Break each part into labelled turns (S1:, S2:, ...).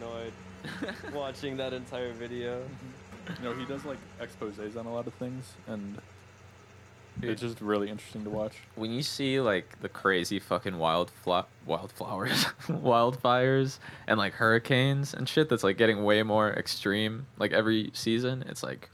S1: annoyed watching that entire video.
S2: No, he does like exposés on a lot of things, and
S3: Dude.
S2: it's just really interesting to watch.
S3: when you see like the crazy fucking wild fla- wildflowers, wildfires, and like hurricanes and shit that's like getting way more extreme like every season, it's like,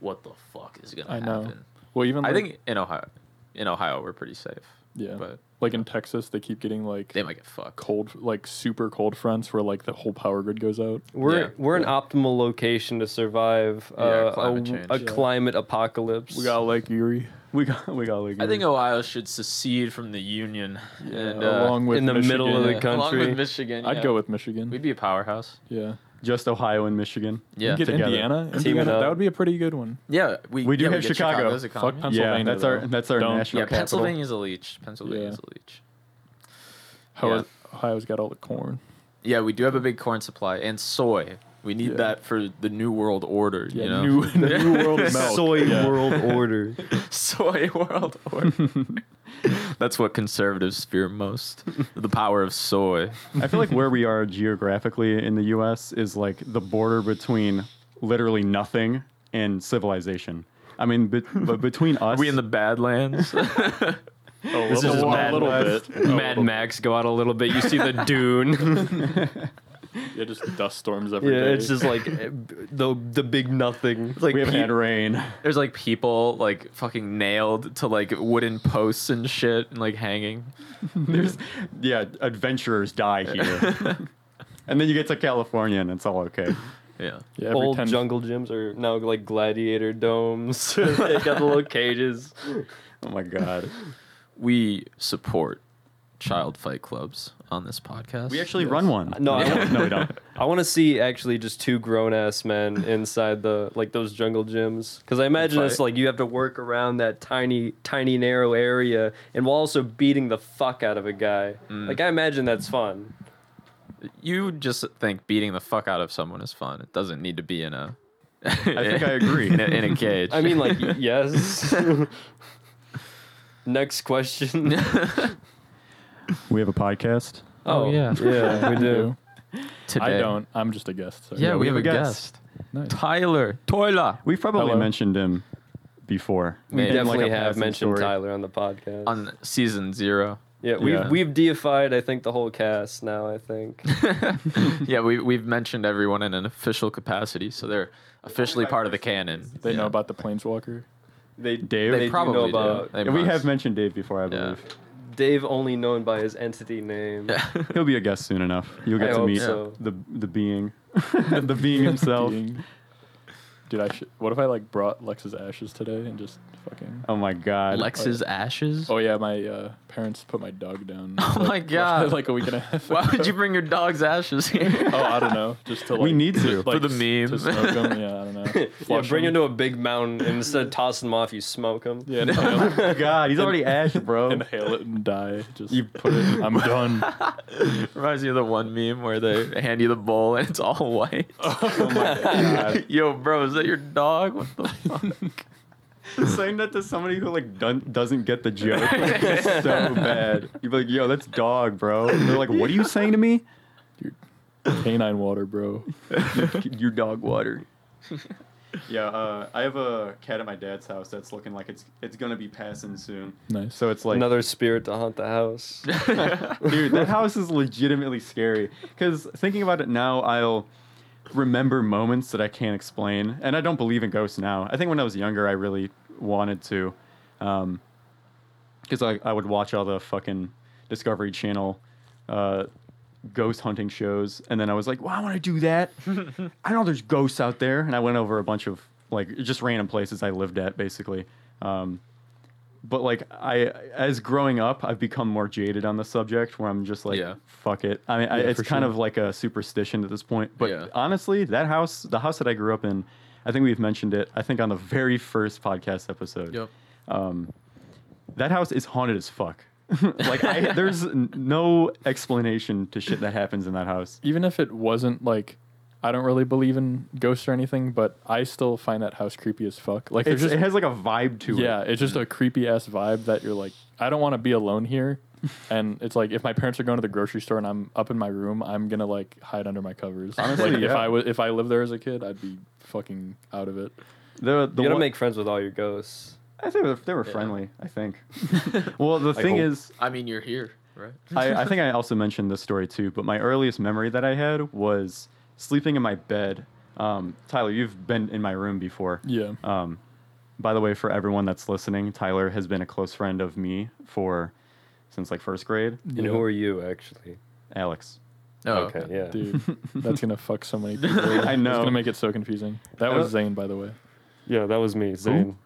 S3: what the fuck is gonna
S2: I know.
S3: happen?
S2: Well, even
S3: I
S2: like,
S3: think in Ohio, in Ohio, we're pretty safe.
S2: yeah,
S3: but
S2: like in Texas, they keep getting like
S3: they might get fucked.
S2: cold, like super cold fronts where like the whole power grid goes out.
S1: We're
S3: Yeah.
S1: we're an optimal location to survive
S3: Yeah,
S1: uh,
S3: climate
S1: a,
S3: change.
S1: a
S2: Yeah.
S1: climate apocalypse.
S2: We got Lake Erie.
S1: we got we got like
S3: I think Ohio should secede from the Union and
S2: Yeah,
S3: uh,
S2: along with
S1: in the middle of
S2: Michigan.
S1: the
S3: along with
S1: country.
S3: Michigan.
S2: I'd
S3: yeah.
S2: go with Michigan.
S3: We'd be a powerhouse.
S2: yeah,
S4: Just Ohio and Michigan.
S3: Yeah,
S2: get
S4: together.
S2: Indiana.
S1: Teaming
S2: Indiana, that
S1: up.
S2: would be a pretty good one.
S3: yeah. We,
S4: We do
S3: yeah,
S4: have
S3: get
S4: Chicago.
S3: Chicago's
S4: Fuck
S3: economy.
S2: Pennsylvania.
S4: yeah, that's our
S2: though.
S4: that's our
S2: Don't-
S4: national
S3: Yeah,
S4: capital.
S3: Pennsylvania's a leech. Pennsylvania's a leech.
S2: How
S3: Yeah.
S2: Ohio's got all the corn.
S3: Yeah, we do have a big corn supply and soy. We need
S2: Yeah.
S3: that for the new world order.
S2: Yeah,
S3: you know,
S2: new, the new world milk.
S1: Soy
S2: Yeah.
S1: world order.
S3: soy world order. That's what conservatives fear most: the power of soy.
S4: I feel like where we are geographically in the U.S. is like the border between literally nothing and civilization. I mean, but, but between us,
S3: we in the Badlands.
S2: This
S1: is Mad
S4: West.
S2: bit. Oh, A
S1: Mad
S2: little-
S1: Max, go out a little bit. You see the dune.
S2: Yeah, just dust storms every day.
S1: yeah, it's just like eh, b- the the big nothing. It's like
S4: we haven't
S1: pe-
S4: had rain.
S3: There's like people like fucking nailed to like wooden posts and shit, and like hanging.
S4: There's yeah, adventurers die here, and then you get to California and it's all okay.
S3: Yeah,
S2: yeah, every
S1: old
S2: 10
S1: jungle gyms are now like gladiator domes. they got the little cages.
S4: Oh my god,
S3: we support child fight clubs on this podcast.
S4: we actually run one.
S1: No, I
S4: no, we don't.
S1: I want to see actually just two grown ass men inside the like those jungle gyms because I imagine it's
S3: Fight.
S1: like you have to work around that tiny, tiny narrow area and while also beating the fuck out of a guy. Like I imagine that's fun.
S3: you just think beating the fuck out of someone is fun. It doesn't need to be in a. I
S4: think I agree.
S3: In a, in a cage.
S1: I mean, like y- yes. Next question.
S4: We have a podcast.
S3: Oh, yeah.
S1: yeah, we
S2: I
S1: do.
S2: do.
S3: today.
S2: I don't. I'm just a guest. So.
S3: Yeah, we, have, a guest.
S4: guest.
S2: Nice.
S3: Tyler Toila
S4: We've probably
S2: Hello.
S4: mentioned him before.
S1: We
S3: Man, like
S1: definitely
S4: a
S1: have
S4: passing
S1: mentioned
S4: story.
S1: Tyler on the podcast.
S3: on season zero.
S1: yeah, we've
S4: Yeah.
S1: we've deified I think the whole cast now. I think.
S3: Yeah, we we've mentioned everyone in an official capacity, so they're officially part of the canon.
S2: They
S3: Yeah.
S2: know about the planeswalker.
S1: They
S4: Dave?
S1: They,
S4: They
S1: do
S3: probably
S1: know
S3: do.
S1: about
S3: They
S4: Yeah, we
S3: must.
S4: have mentioned Dave before, I
S3: Yeah.
S4: believe.
S1: Dave, only known by his entity name.
S4: He'll be a guest soon enough. You'll
S1: I
S4: get to
S1: hope
S4: meet
S1: so.
S4: the the being, the being himself.
S2: Being- Dude, I should. What if I like brought Lex's ashes today and just fucking?
S4: Oh my God,
S3: Lex's ashes.
S2: Oh yeah, my uh, parents put my dog down.
S3: Oh my God.
S2: Like a week and a half.
S3: Why
S2: ago.
S3: would you bring your dog's ashes here?
S2: Oh, I don't know. Just to like,
S4: We need to.
S2: like,
S3: For the
S2: s- To
S3: meme.
S2: smoke 'em. Yeah, I don't know.
S1: Yeah,
S2: Flush
S1: bring him
S2: 'em.
S1: to a big mountain and instead of tossing them off, you smoke them.
S2: Yeah, inhale,
S4: God, he's already ash, bro.
S2: inhale it and die. Just
S4: You put it.
S2: I'm done.
S3: Reminds me of the one meme where they hand you the bowl and it's all white.
S2: Oh
S4: God.
S3: Yo, bro, is that your dog? What the fuck?
S4: Saying that to somebody who like dun- doesn't get the joke is so bad. You'd be like, "Yo, that's dog, bro." And they're like, "What are you saying to me?"
S2: Canine water, bro.
S4: Your dog water. Yeah, uh, I have a cat at my dad's house that's looking like it's it's gonna be passing soon.
S2: Nice.
S4: So it's like
S1: Another spirit to haunt the house.
S4: Dude, that house is legitimately scary. Because thinking about it now, I'll remember moments that I can't explain. And I don't believe in ghosts now. I think when I was younger, I really wanted to. Um 'cause because I, I would watch all the fucking Discovery Channel uh, ghost hunting shows. And then I was like, well, I want to do that. I know there's ghosts out there. And I went over a bunch of like just random places I lived at, basically. Um, but like I, as growing up, I've become more jaded on the subject, where I'm just like,
S3: Yeah.
S4: fuck it. I mean, I,
S2: Yeah,
S4: it's
S2: for
S4: kind
S2: sure.
S4: of like a superstition at this point. But
S3: Yeah.
S4: honestly, that house, the house that I grew up in, I think we've mentioned it. I think on the very first podcast episode, that house is haunted as fuck. like I, there's n- no explanation to shit that happens in that house.
S2: even if it wasn't like I don't really believe in ghosts or anything, but I still find that house creepy as fuck. Like there's
S4: It's,
S2: just
S4: it has like a vibe to it.
S2: yeah, it's just a creepy ass vibe that you're like, I don't want to be alone here. and it's like if my parents are going to the grocery store and I'm up in my room, I'm gonna like hide under my covers.
S4: Honestly,
S2: like, if
S4: yeah.
S2: I was if I lived there as a kid, I'd be fucking out of it.
S4: The, the
S1: you gotta
S4: one-
S1: make friends with all your ghosts.
S4: I think they were, they were
S3: Yeah.
S4: friendly. I think. well, the thing
S1: hope.
S4: is,
S3: I mean, you're here, right?
S4: I, I think I also mentioned this story too, but my earliest memory that I had was sleeping in my bed. Um, Tyler, you've been in my room before.
S2: Yeah.
S4: Um, by the way, for everyone that's listening, Tyler has been a close friend of me for since like first grade.
S1: And who are you actually?
S4: Alex.
S3: Oh,
S1: okay, yeah.
S2: Dude, that's gonna fuck so many people.
S4: I
S2: It's
S4: know.
S2: gonna make it so confusing. That
S4: Uh,
S2: was Zane, by the way.
S1: Yeah, that was me,
S4: Zane.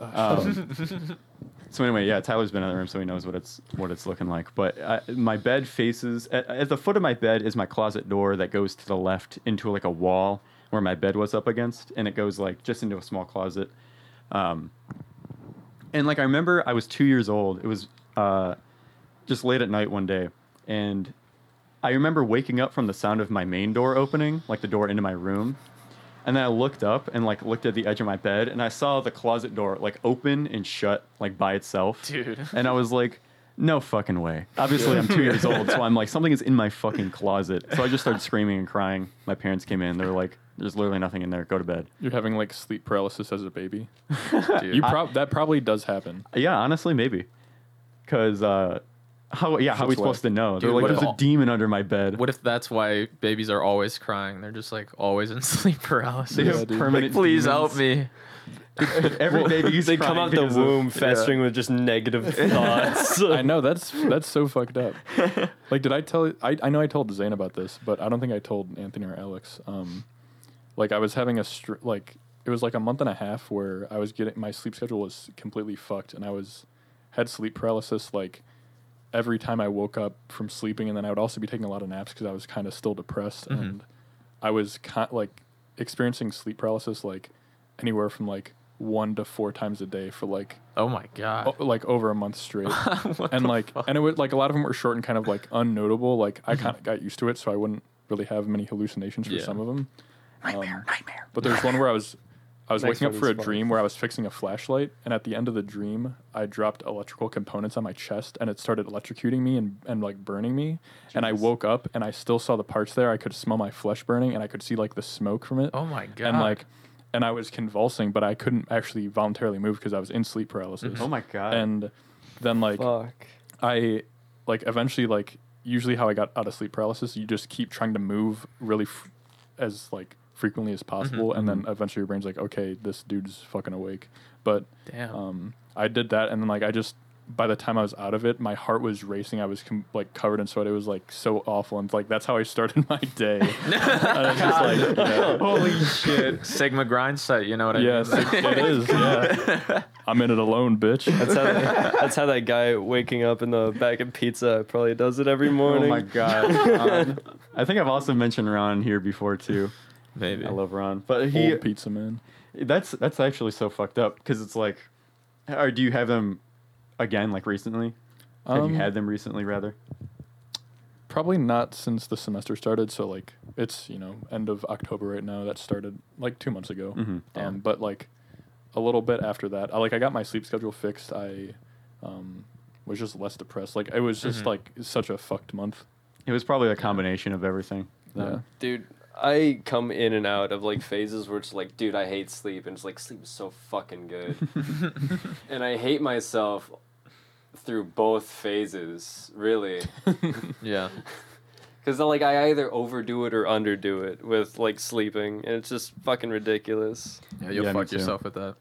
S4: Um, so anyway, yeah, Tyler's been in the room, so he knows what it's what it's looking like. But I, my bed faces at, at the foot of my bed is my closet door that goes to the left into like a wall where my bed was up against, and it goes like just into a small closet. Um, and like I remember, I was two years old. It was uh, just late at night one day, and I remember waking up from the sound of my main door opening, like the door into my room. And then I looked up and like looked at the edge of my bed and I saw the closet door like open and shut like by itself.
S3: Dude.
S4: And I was like, no fucking way. Obviously I'm two years old, so I'm like, something is in my fucking closet. So I just started screaming and crying. My parents came in, they were like, There's literally nothing in there, go to bed.
S2: You're having like sleep paralysis as a baby.
S3: Dude.
S2: You prob that probably does happen.
S4: Yeah, honestly, maybe. Cause uh how yeah, how are we
S2: That's
S4: supposed to know? They're
S3: Dude,
S4: like,
S3: what if
S4: There's a
S3: all-
S4: demon under my bed.
S3: What if that's why babies are always crying? They're just like always in sleep paralysis.
S4: They
S2: Yeah,
S4: have
S2: dude. Like,
S4: permanent
S3: Please
S4: demons.
S3: help me.
S4: Every baby's
S1: They come
S4: crying
S1: out the
S4: because of-
S1: womb festering with just negative thoughts.
S2: I know that's that's so fucked up. Like, did I tell? I I know I told Zane about this, but I don't think I told Anthony or Alex. Um, like I was having a str- like it was like a month and a half where I was getting my sleep schedule was completely fucked, and I was had sleep paralysis like every time I woke up from sleeping, and then I would also be taking a lot of naps because I was kind of still depressed, and I was con- like experiencing sleep paralysis like anywhere from like one to four times a day for like
S3: Oh my god.
S2: o- like over a month straight and like and it was like a lot of them were short and kind of like unnotable like i kind of got used to it so i wouldn't really have many hallucinations for
S3: Mm-hmm. Yeah.
S2: some of them
S4: Nightmare, nightmare.
S2: but there's one where i was i was
S1: Nice
S2: waking up
S1: fucking
S2: for a
S1: spot.
S2: dream where i was fixing a flashlight and at the end of the dream i dropped electrical components on my chest and it started electrocuting me and, and like burning me and i
S4: Jeez.
S2: woke up and i still saw the parts there i could smell my flesh burning and i could see like the smoke from it
S3: oh my god.
S2: and like and i was convulsing but i couldn't actually voluntarily move because i was in sleep paralysis
S3: Mm-hmm.
S4: Oh my god.
S2: and then like
S1: Fuck.
S2: I like eventually like usually how I got out of sleep paralysis, you just keep trying to move really f- as like frequently
S4: Mm-hmm,
S2: as possible, and then eventually your brain's like, okay, this dude's fucking awake. But
S3: damn.
S2: um, I did that, and then like I just by the time I was out of it, my heart was racing. I was com- like covered in sweat. It was like so awful, and like that's how I started my day. and it's just like yeah,
S4: Holy shit.
S3: Sigma grind site, you know what I
S2: yes,
S3: mean?
S2: it, it is. Yeah, I'm in it alone, bitch.
S1: That's how, that's how that guy waking up in the back of pizza probably does it every
S4: Oh
S1: morning.
S4: my god. Ron. Um, I think I've also mentioned Ron here before too.
S3: Maybe.
S4: I love Ron, but he
S2: Old pizza man.
S4: that's that's actually so fucked up because it's like, or do you have them again like recently? Have
S2: Um,
S4: you had them recently rather?
S2: Probably not since the semester started. So like it's you know end of October right now. That started like two months ago.
S4: Mhm.
S2: Um, but like a little bit after that, I, like I got my sleep schedule fixed. I um, was just less depressed. Like it was just like such a fucked month.
S4: It was probably a combination of everything.
S2: Yeah.
S1: Dude, I come in and out of like phases where it's like, dude, I hate sleep, and it's like sleep is so fucking good, and I hate myself through both phases, really,
S3: yeah.
S1: because like I either overdo it or underdo it with like sleeping, and it's just fucking ridiculous.
S3: Yeah, you'll
S4: Yeah, me
S3: fuck
S4: too.
S3: yourself with that.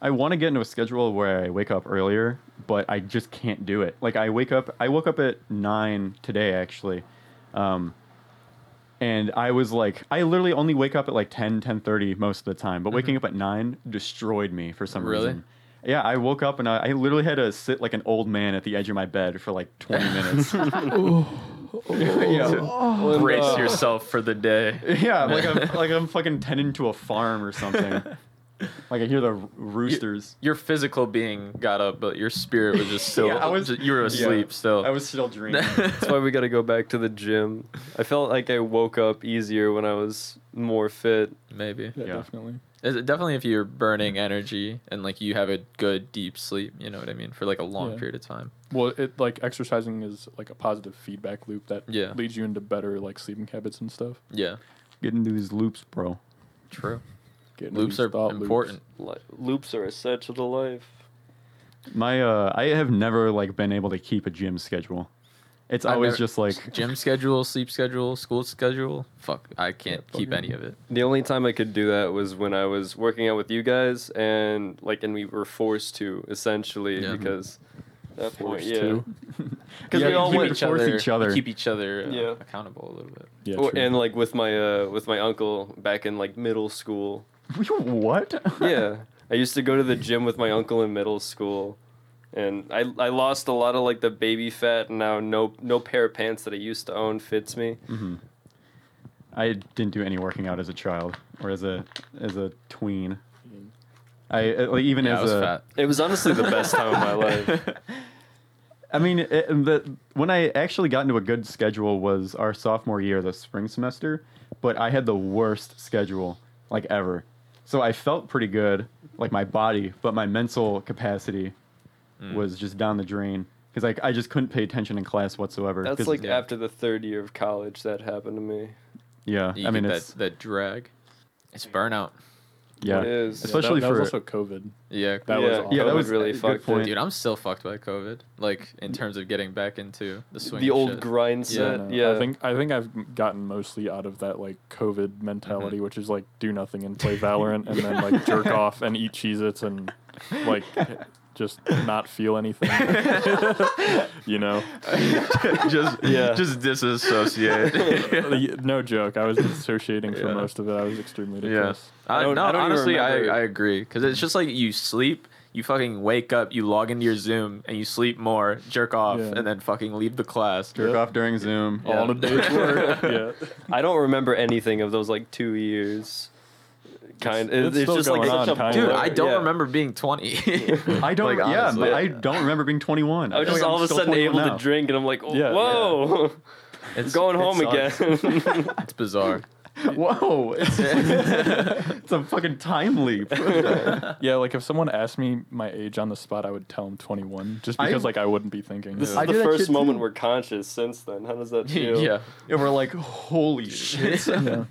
S4: I want to get into a schedule where I wake up earlier, but I just can't do it. Like I wake up, I woke up at nine today actually, um, and I was like, I literally only wake up at like 10, 10.30 most of the time, but waking up at nine destroyed me for some
S3: Really?
S4: reason. Yeah, I woke up and I, I literally had to sit like an old man at the edge of my bed for like twenty minutes. yeah,
S3: Brace
S1: uh,
S3: yourself for the day.
S4: yeah, like I'm like I'm fucking tending to a farm or something. Like I hear the roosters.
S3: Your physical being got up, but your spirit was just still.
S4: I was-
S3: ju- you were asleep
S4: Yeah,
S3: still.
S4: I was still dreaming.
S1: That's why we got to go back to the gym. I felt like I woke up easier when I was more fit.
S3: Maybe.
S2: Yeah,
S4: Yeah.
S2: definitely.
S3: Is it- definitely if you're burning energy and like you have a good deep sleep, you know what I mean, for like a long
S2: Yeah.
S3: period of time.
S2: Well, it like exercising is like a positive feedback loop that
S3: Yeah.
S2: leads you into better like sleeping habits and stuff.
S3: Yeah,
S4: Get into these loops, bro.
S3: true.
S2: Get into
S3: Loops
S2: these
S3: are
S2: thought loops.
S3: important.
S1: Li- loops are essential to life.
S4: My uh, I have never like been able to keep a gym schedule. It's
S3: I've
S4: always
S3: never-
S4: just like
S3: gym schedule, sleep schedule, school schedule. Fuck, I can't keep any of it.
S1: The only time I could do that was when I was working out with you guys, and like, and we were forced to essentially
S3: Yeah.
S1: because at that point,
S2: Forced
S1: yeah.
S2: to.
S1: Because
S4: Yeah,
S1: we all
S4: keep
S1: went
S4: it force each other.
S3: keep each other uh,
S1: Yeah.
S3: accountable a little bit.
S2: Yeah,
S1: Well,
S2: true.
S1: and like with my uh with my uncle back in like middle school.
S4: what?
S1: Yeah. I used to go to the gym with my uncle in middle school. And I I lost a lot of like the baby fat and now no no pair of pants that I used to own fits me.
S4: I didn't do any working out as a child or as a as a tween. I uh, like, even
S3: Yeah,
S4: as
S3: I was
S4: a
S3: fat.
S1: It was honestly the best time of my life.
S4: I mean, it, and the, when I actually got into a good schedule was our sophomore year, the spring semester, but I had the worst schedule like ever. So I felt pretty good, like my body, but my mental capacity
S1: Mm.
S4: was just down the drain because like I just couldn't pay attention in class whatsoever.
S1: That's
S4: 'cause-
S1: like
S3: yeah.
S1: after the third year of college that happened to me.
S4: yeah,
S3: You
S4: I mean
S3: get
S4: it's
S3: that that drag. It's burnout.
S4: yeah,
S1: It is.
S2: Yeah, that-
S4: especially
S2: that,
S4: for
S2: was also COVID.
S3: Yeah,
S2: That
S1: yeah,
S2: was awful.
S1: yeah,
S4: Yeah, that
S1: that
S4: was
S1: really
S4: a good
S1: fucked
S4: point.
S1: it.
S3: dude, I'm still fucked by COVID. Like in terms of getting back into the swing.
S1: The
S3: of
S1: old
S3: shit.
S1: grind set.
S2: no,
S1: Yeah.
S2: I think I think I've gotten mostly out of that like COVID mentality, which is like do nothing and play Valorant, and then like jerk off and eat Cheez-Its and like just not feel anything. you know,
S3: just
S1: Yeah.
S3: just disassociate.
S2: The- no joke. I was dissociating for
S3: Yeah.
S2: most of it. I was extremely
S3: yeah,
S2: depressed.
S1: I
S3: I,
S1: don't-
S3: no,
S1: I don't even
S3: honestly, I,
S1: remember.
S3: I agree because it's just like you sleep, you fucking wake up, you log into your Zoom, and you sleep more, jerk off,
S2: Yeah.
S3: and then fucking leave the class.
S4: jerk off during Zoom.
S3: Yeah.
S2: All in a day's work. Yeah.
S1: I don't remember anything of those like two years. Kind
S2: It's-
S1: it's,
S2: it's
S1: it's
S2: still
S1: just like
S2: going
S1: such
S2: on,
S1: a
S2: kinda.
S3: Dude,
S1: blur,
S3: I don't
S1: yeah.
S3: remember being 20.
S4: I don't.
S3: Like,
S4: yeah,
S3: honestly.
S4: but I don't remember being 21.
S1: I was
S4: feel
S1: just
S4: like I'm
S1: all of a
S4: still
S1: sudden
S4: 21
S1: able
S4: now.
S1: to drink, and I'm like, oh,
S2: Yeah.
S1: whoa,
S3: It's
S1: going
S3: it
S1: home
S3: sucks.
S1: again.
S3: It's bizarre.
S4: Whoa, it's, it's a fucking time leap.
S2: Yeah, like if someone asked me my age on the spot, I would tell them 21, just
S4: I-
S2: because like I wouldn't be thinking.
S1: this
S2: yeah.
S1: is
S4: I do
S1: the
S4: that
S1: first
S4: shit
S1: moment
S4: too.
S1: we're conscious since then. How does that feel?
S3: yeah.
S4: And we're like, holy shit.
S2: Yeah.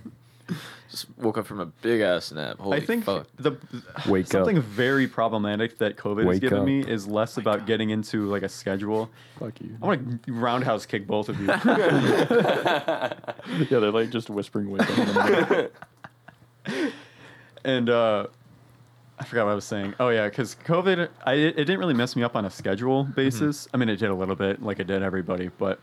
S3: Just woke up from a big ass nap. Holy
S4: I think
S3: fuck.
S4: the
S5: Wake up.
S4: something very problematic that COVID has
S5: Wake
S4: given
S5: up.
S4: me is less about getting into like a schedule.
S2: Fuck you.
S4: I want to roundhouse kick both of you.
S2: Yeah, they're like just whispering wake up. in the morning.
S4: and uh, I forgot what I was saying. Oh yeah, because COVID, I, it didn't really mess me up on a schedule
S3: Mm-hmm.
S4: basis. I mean, it did a little bit, like it did everybody, but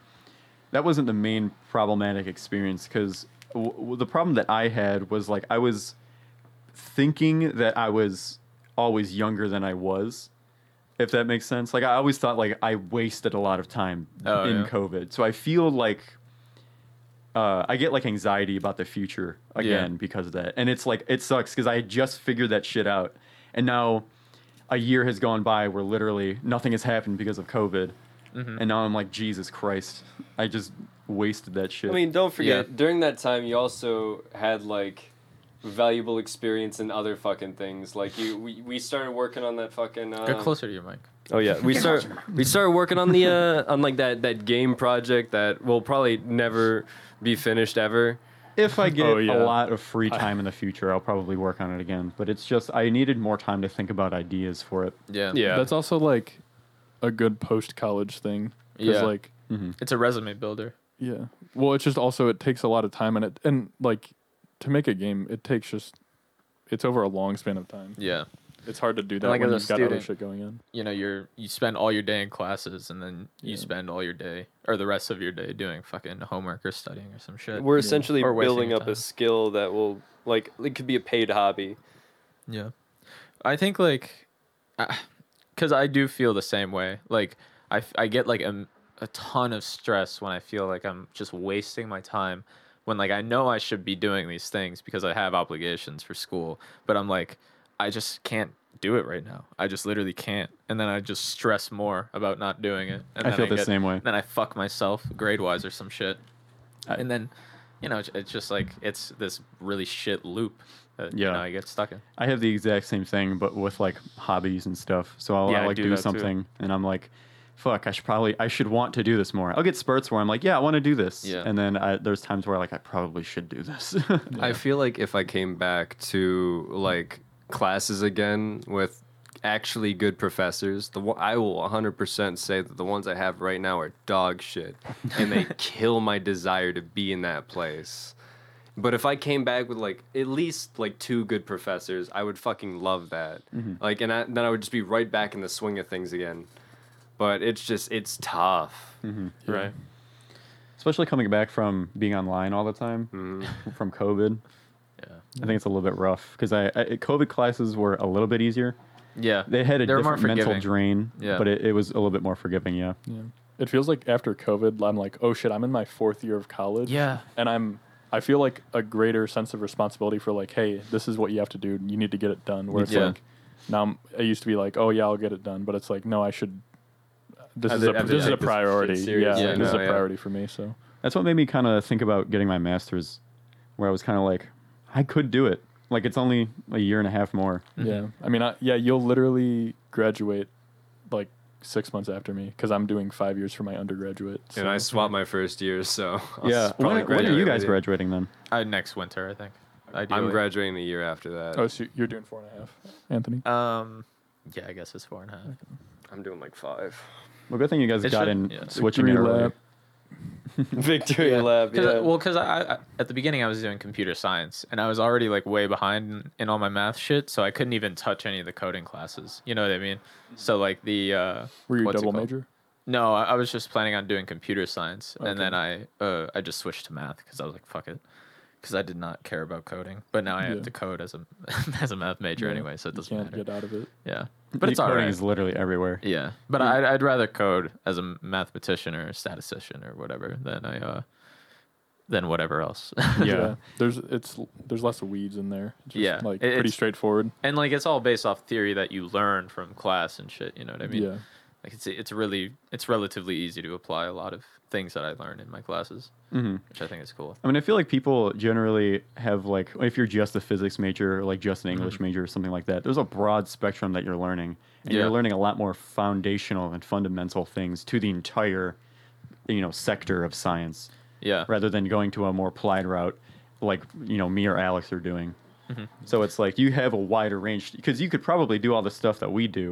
S4: that wasn't the main problematic experience. Because w- w- the problem that I had was like I was thinking that I was always younger than I was. If that makes sense, like I always thought, like I wasted a lot of time
S3: Oh,
S4: in
S3: yeah.
S4: COVID, so I feel like uh, I get like anxiety about the future again because of that. And it's like it sucks because I had just figured that shit out, and now a year has gone by where literally nothing has happened because of COVID,
S2: Mm-hmm.
S4: and now I'm like Jesus Christ, I just wasted that shit.
S1: I mean, don't forget
S3: Yeah.
S1: during that time you also had like valuable experience in other fucking things. Like you, we, we started working on that fucking. Uh,
S3: Get closer to your mic.
S1: Oh yeah, we start we started working on the uh, on like that that game project that will probably never be finished ever.
S4: if I get
S2: Oh, yeah.
S4: a lot of free time in the future, I'll probably work on it again. But it's just I needed more time to think about ideas for it.
S3: Yeah.
S1: Yeah.
S2: That's also like a good post college thing. Because
S3: Yeah.
S2: like
S3: It's a resume builder.
S2: yeah. Well, it's just also it takes a lot of time and it and like to make a game, it takes just it's over a long span of time.
S3: Yeah.
S2: It's hard to do that
S3: Like
S2: when
S3: as
S2: you've
S3: a
S2: got other
S3: student.
S2: shit going on.
S3: You know, you're you spend all your day in classes and then you
S2: Yeah.
S3: spend all your day or the rest of your day doing fucking homework or studying or some shit.
S1: We're essentially
S3: Or wasting
S1: building
S3: your
S1: up
S3: time.
S1: a skill that will like it could be a paid hobby.
S3: Yeah. I think like cuz I do feel the same way. Like I f- I get like a, a ton of stress when I feel like I'm just wasting my time when like I know I should be doing these things because I have obligations for school, but I'm like I just can't do it right now. I just literally can't. And then I just stress more about not doing it. And
S4: I
S3: then
S4: feel the same way.
S3: Then I fuck myself grade wise or some shit. and then, you know, it's, it's just like it's this really shit loop. that
S4: Yeah.
S3: you know, I get stuck in.
S4: I have the exact same thing, but with like hobbies and stuff. So I'll,
S3: Yeah, I
S4: I'll like
S3: do
S4: do,
S3: that too.
S4: something, and I'm like, "Fuck, I should probably, I should want to do this more." I'll get spurts where I'm like, "Yeah, I want to do this,"
S3: Yeah.
S4: and then I, there's times where like I probably should do this.
S1: I feel like if I came back to like classes again with actually good professors, the one- I will 100% say that the ones I have right now are dog shit and they kill my desire to be in that place. But if I came back with like at least like two good professors, I would fucking love that.
S4: Mm-hmm.
S1: Like and I, then I would just be right back in the swing of things again. But it's just it's tough.
S4: Mm-hmm.
S3: Right.
S4: Especially coming back from being online all the time
S3: Mm-hmm.
S4: from COVID,
S3: Yeah.
S4: I think it's a little bit rough because I, I COVID classes were a little bit easier.
S3: Yeah.
S4: They had a
S3: They're more
S4: different mental
S3: forgiving.
S4: drain,
S3: Yeah.
S4: but it, it was a little bit more forgiving. Yeah,
S2: Yeah. It feels like after COVID, I'm like, oh shit, I'm in my fourth year of college.
S3: Yeah.
S2: And I'm, I feel like a greater sense of responsibility for like, hey, this is what you have to do. You need to get it done. Where it's
S3: Yeah.
S2: like, now I'm, I used to be like, oh yeah, I'll get it done, but it's like, no, I should. This
S1: I
S2: is
S1: did-
S2: a
S1: I did
S2: this is
S1: take
S2: a
S1: this shit
S2: priority. Yeah,
S1: seriously
S3: Yeah,
S2: this is
S1: now,
S2: a
S1: yeah.
S2: priority for me. So
S4: that's what made me kind of think about getting my master's, where I was kind of like, I could do it. Like it's only a year and a half more.
S2: yeah, I mean, I, yeah, you'll literally graduate like six months after me because I'm doing five years for my undergraduate. So.
S1: And I swapped my first year, so I'll
S4: Mm-hmm. yeah.
S1: s- probably
S4: When, when are you
S1: graduate
S4: guys
S1: with you.
S4: graduating then?
S3: I, next winter, I think. Ideally.
S1: I'm graduating the year after that.
S2: oh, so you're doing four and a half, Anthony.
S3: Um, yeah, I guess it's four and a half.
S1: I'm doing like five.
S4: Well, good thing you guys
S3: It
S4: got
S3: should-
S4: in
S3: yeah.
S4: switching it
S2: Victory
S4: early.
S2: lap.
S1: Victory
S3: Yeah.
S1: lap.
S3: Cause I, well, because I, I at the beginning I was doing computer science and I was already like way behind in, in all my math shit, so I couldn't even touch any of the coding classes. You know what I mean? So like the uh,
S2: Were you
S3: what's it
S2: double
S3: called?
S2: major?
S3: No, I, I was just planning on doing computer science,
S2: Okay.
S3: and then I uh, I just switched to math because I was like, fuck it, because I did not care about coding. But now I
S2: Yeah.
S3: have to code as a as a math major
S2: Yeah,
S3: anyway, so it
S2: you
S3: doesn't
S2: can't
S3: matter.
S2: get out of it.
S3: Yeah, but
S4: The
S3: it's all
S4: coding
S3: right.
S4: is literally everywhere.
S3: Yeah, but I'd, I'd rather code as a mathematician or statistician or whatever than I uh than whatever else.
S4: Yeah.
S2: there's it's there's lots of weeds in there. Just
S3: Yeah,
S2: like
S3: it-
S2: pretty
S3: it's-
S2: straightforward.
S3: and like it's all based off theory that you learn from class and shit. You know what I mean?
S2: yeah,
S3: Like it's it's really it's relatively easy to apply a lot of things that I learned in my classes,
S4: hmm
S3: which I think is cool.
S4: I mean, I feel like people generally have like, if you're just a physics major or like just
S3: Mm-hmm.
S4: an English major or something like that, there's a broad spectrum that you're learning, and
S3: Yeah.
S4: you're learning a lot more foundational and fundamental things to the entire, you know, sector of science,
S3: Yeah.
S4: rather than going to a more applied route, like you know me or Alex are doing.
S3: Mm-hmm.
S4: So it's like you have a wider range because you could probably do all the stuff that we do,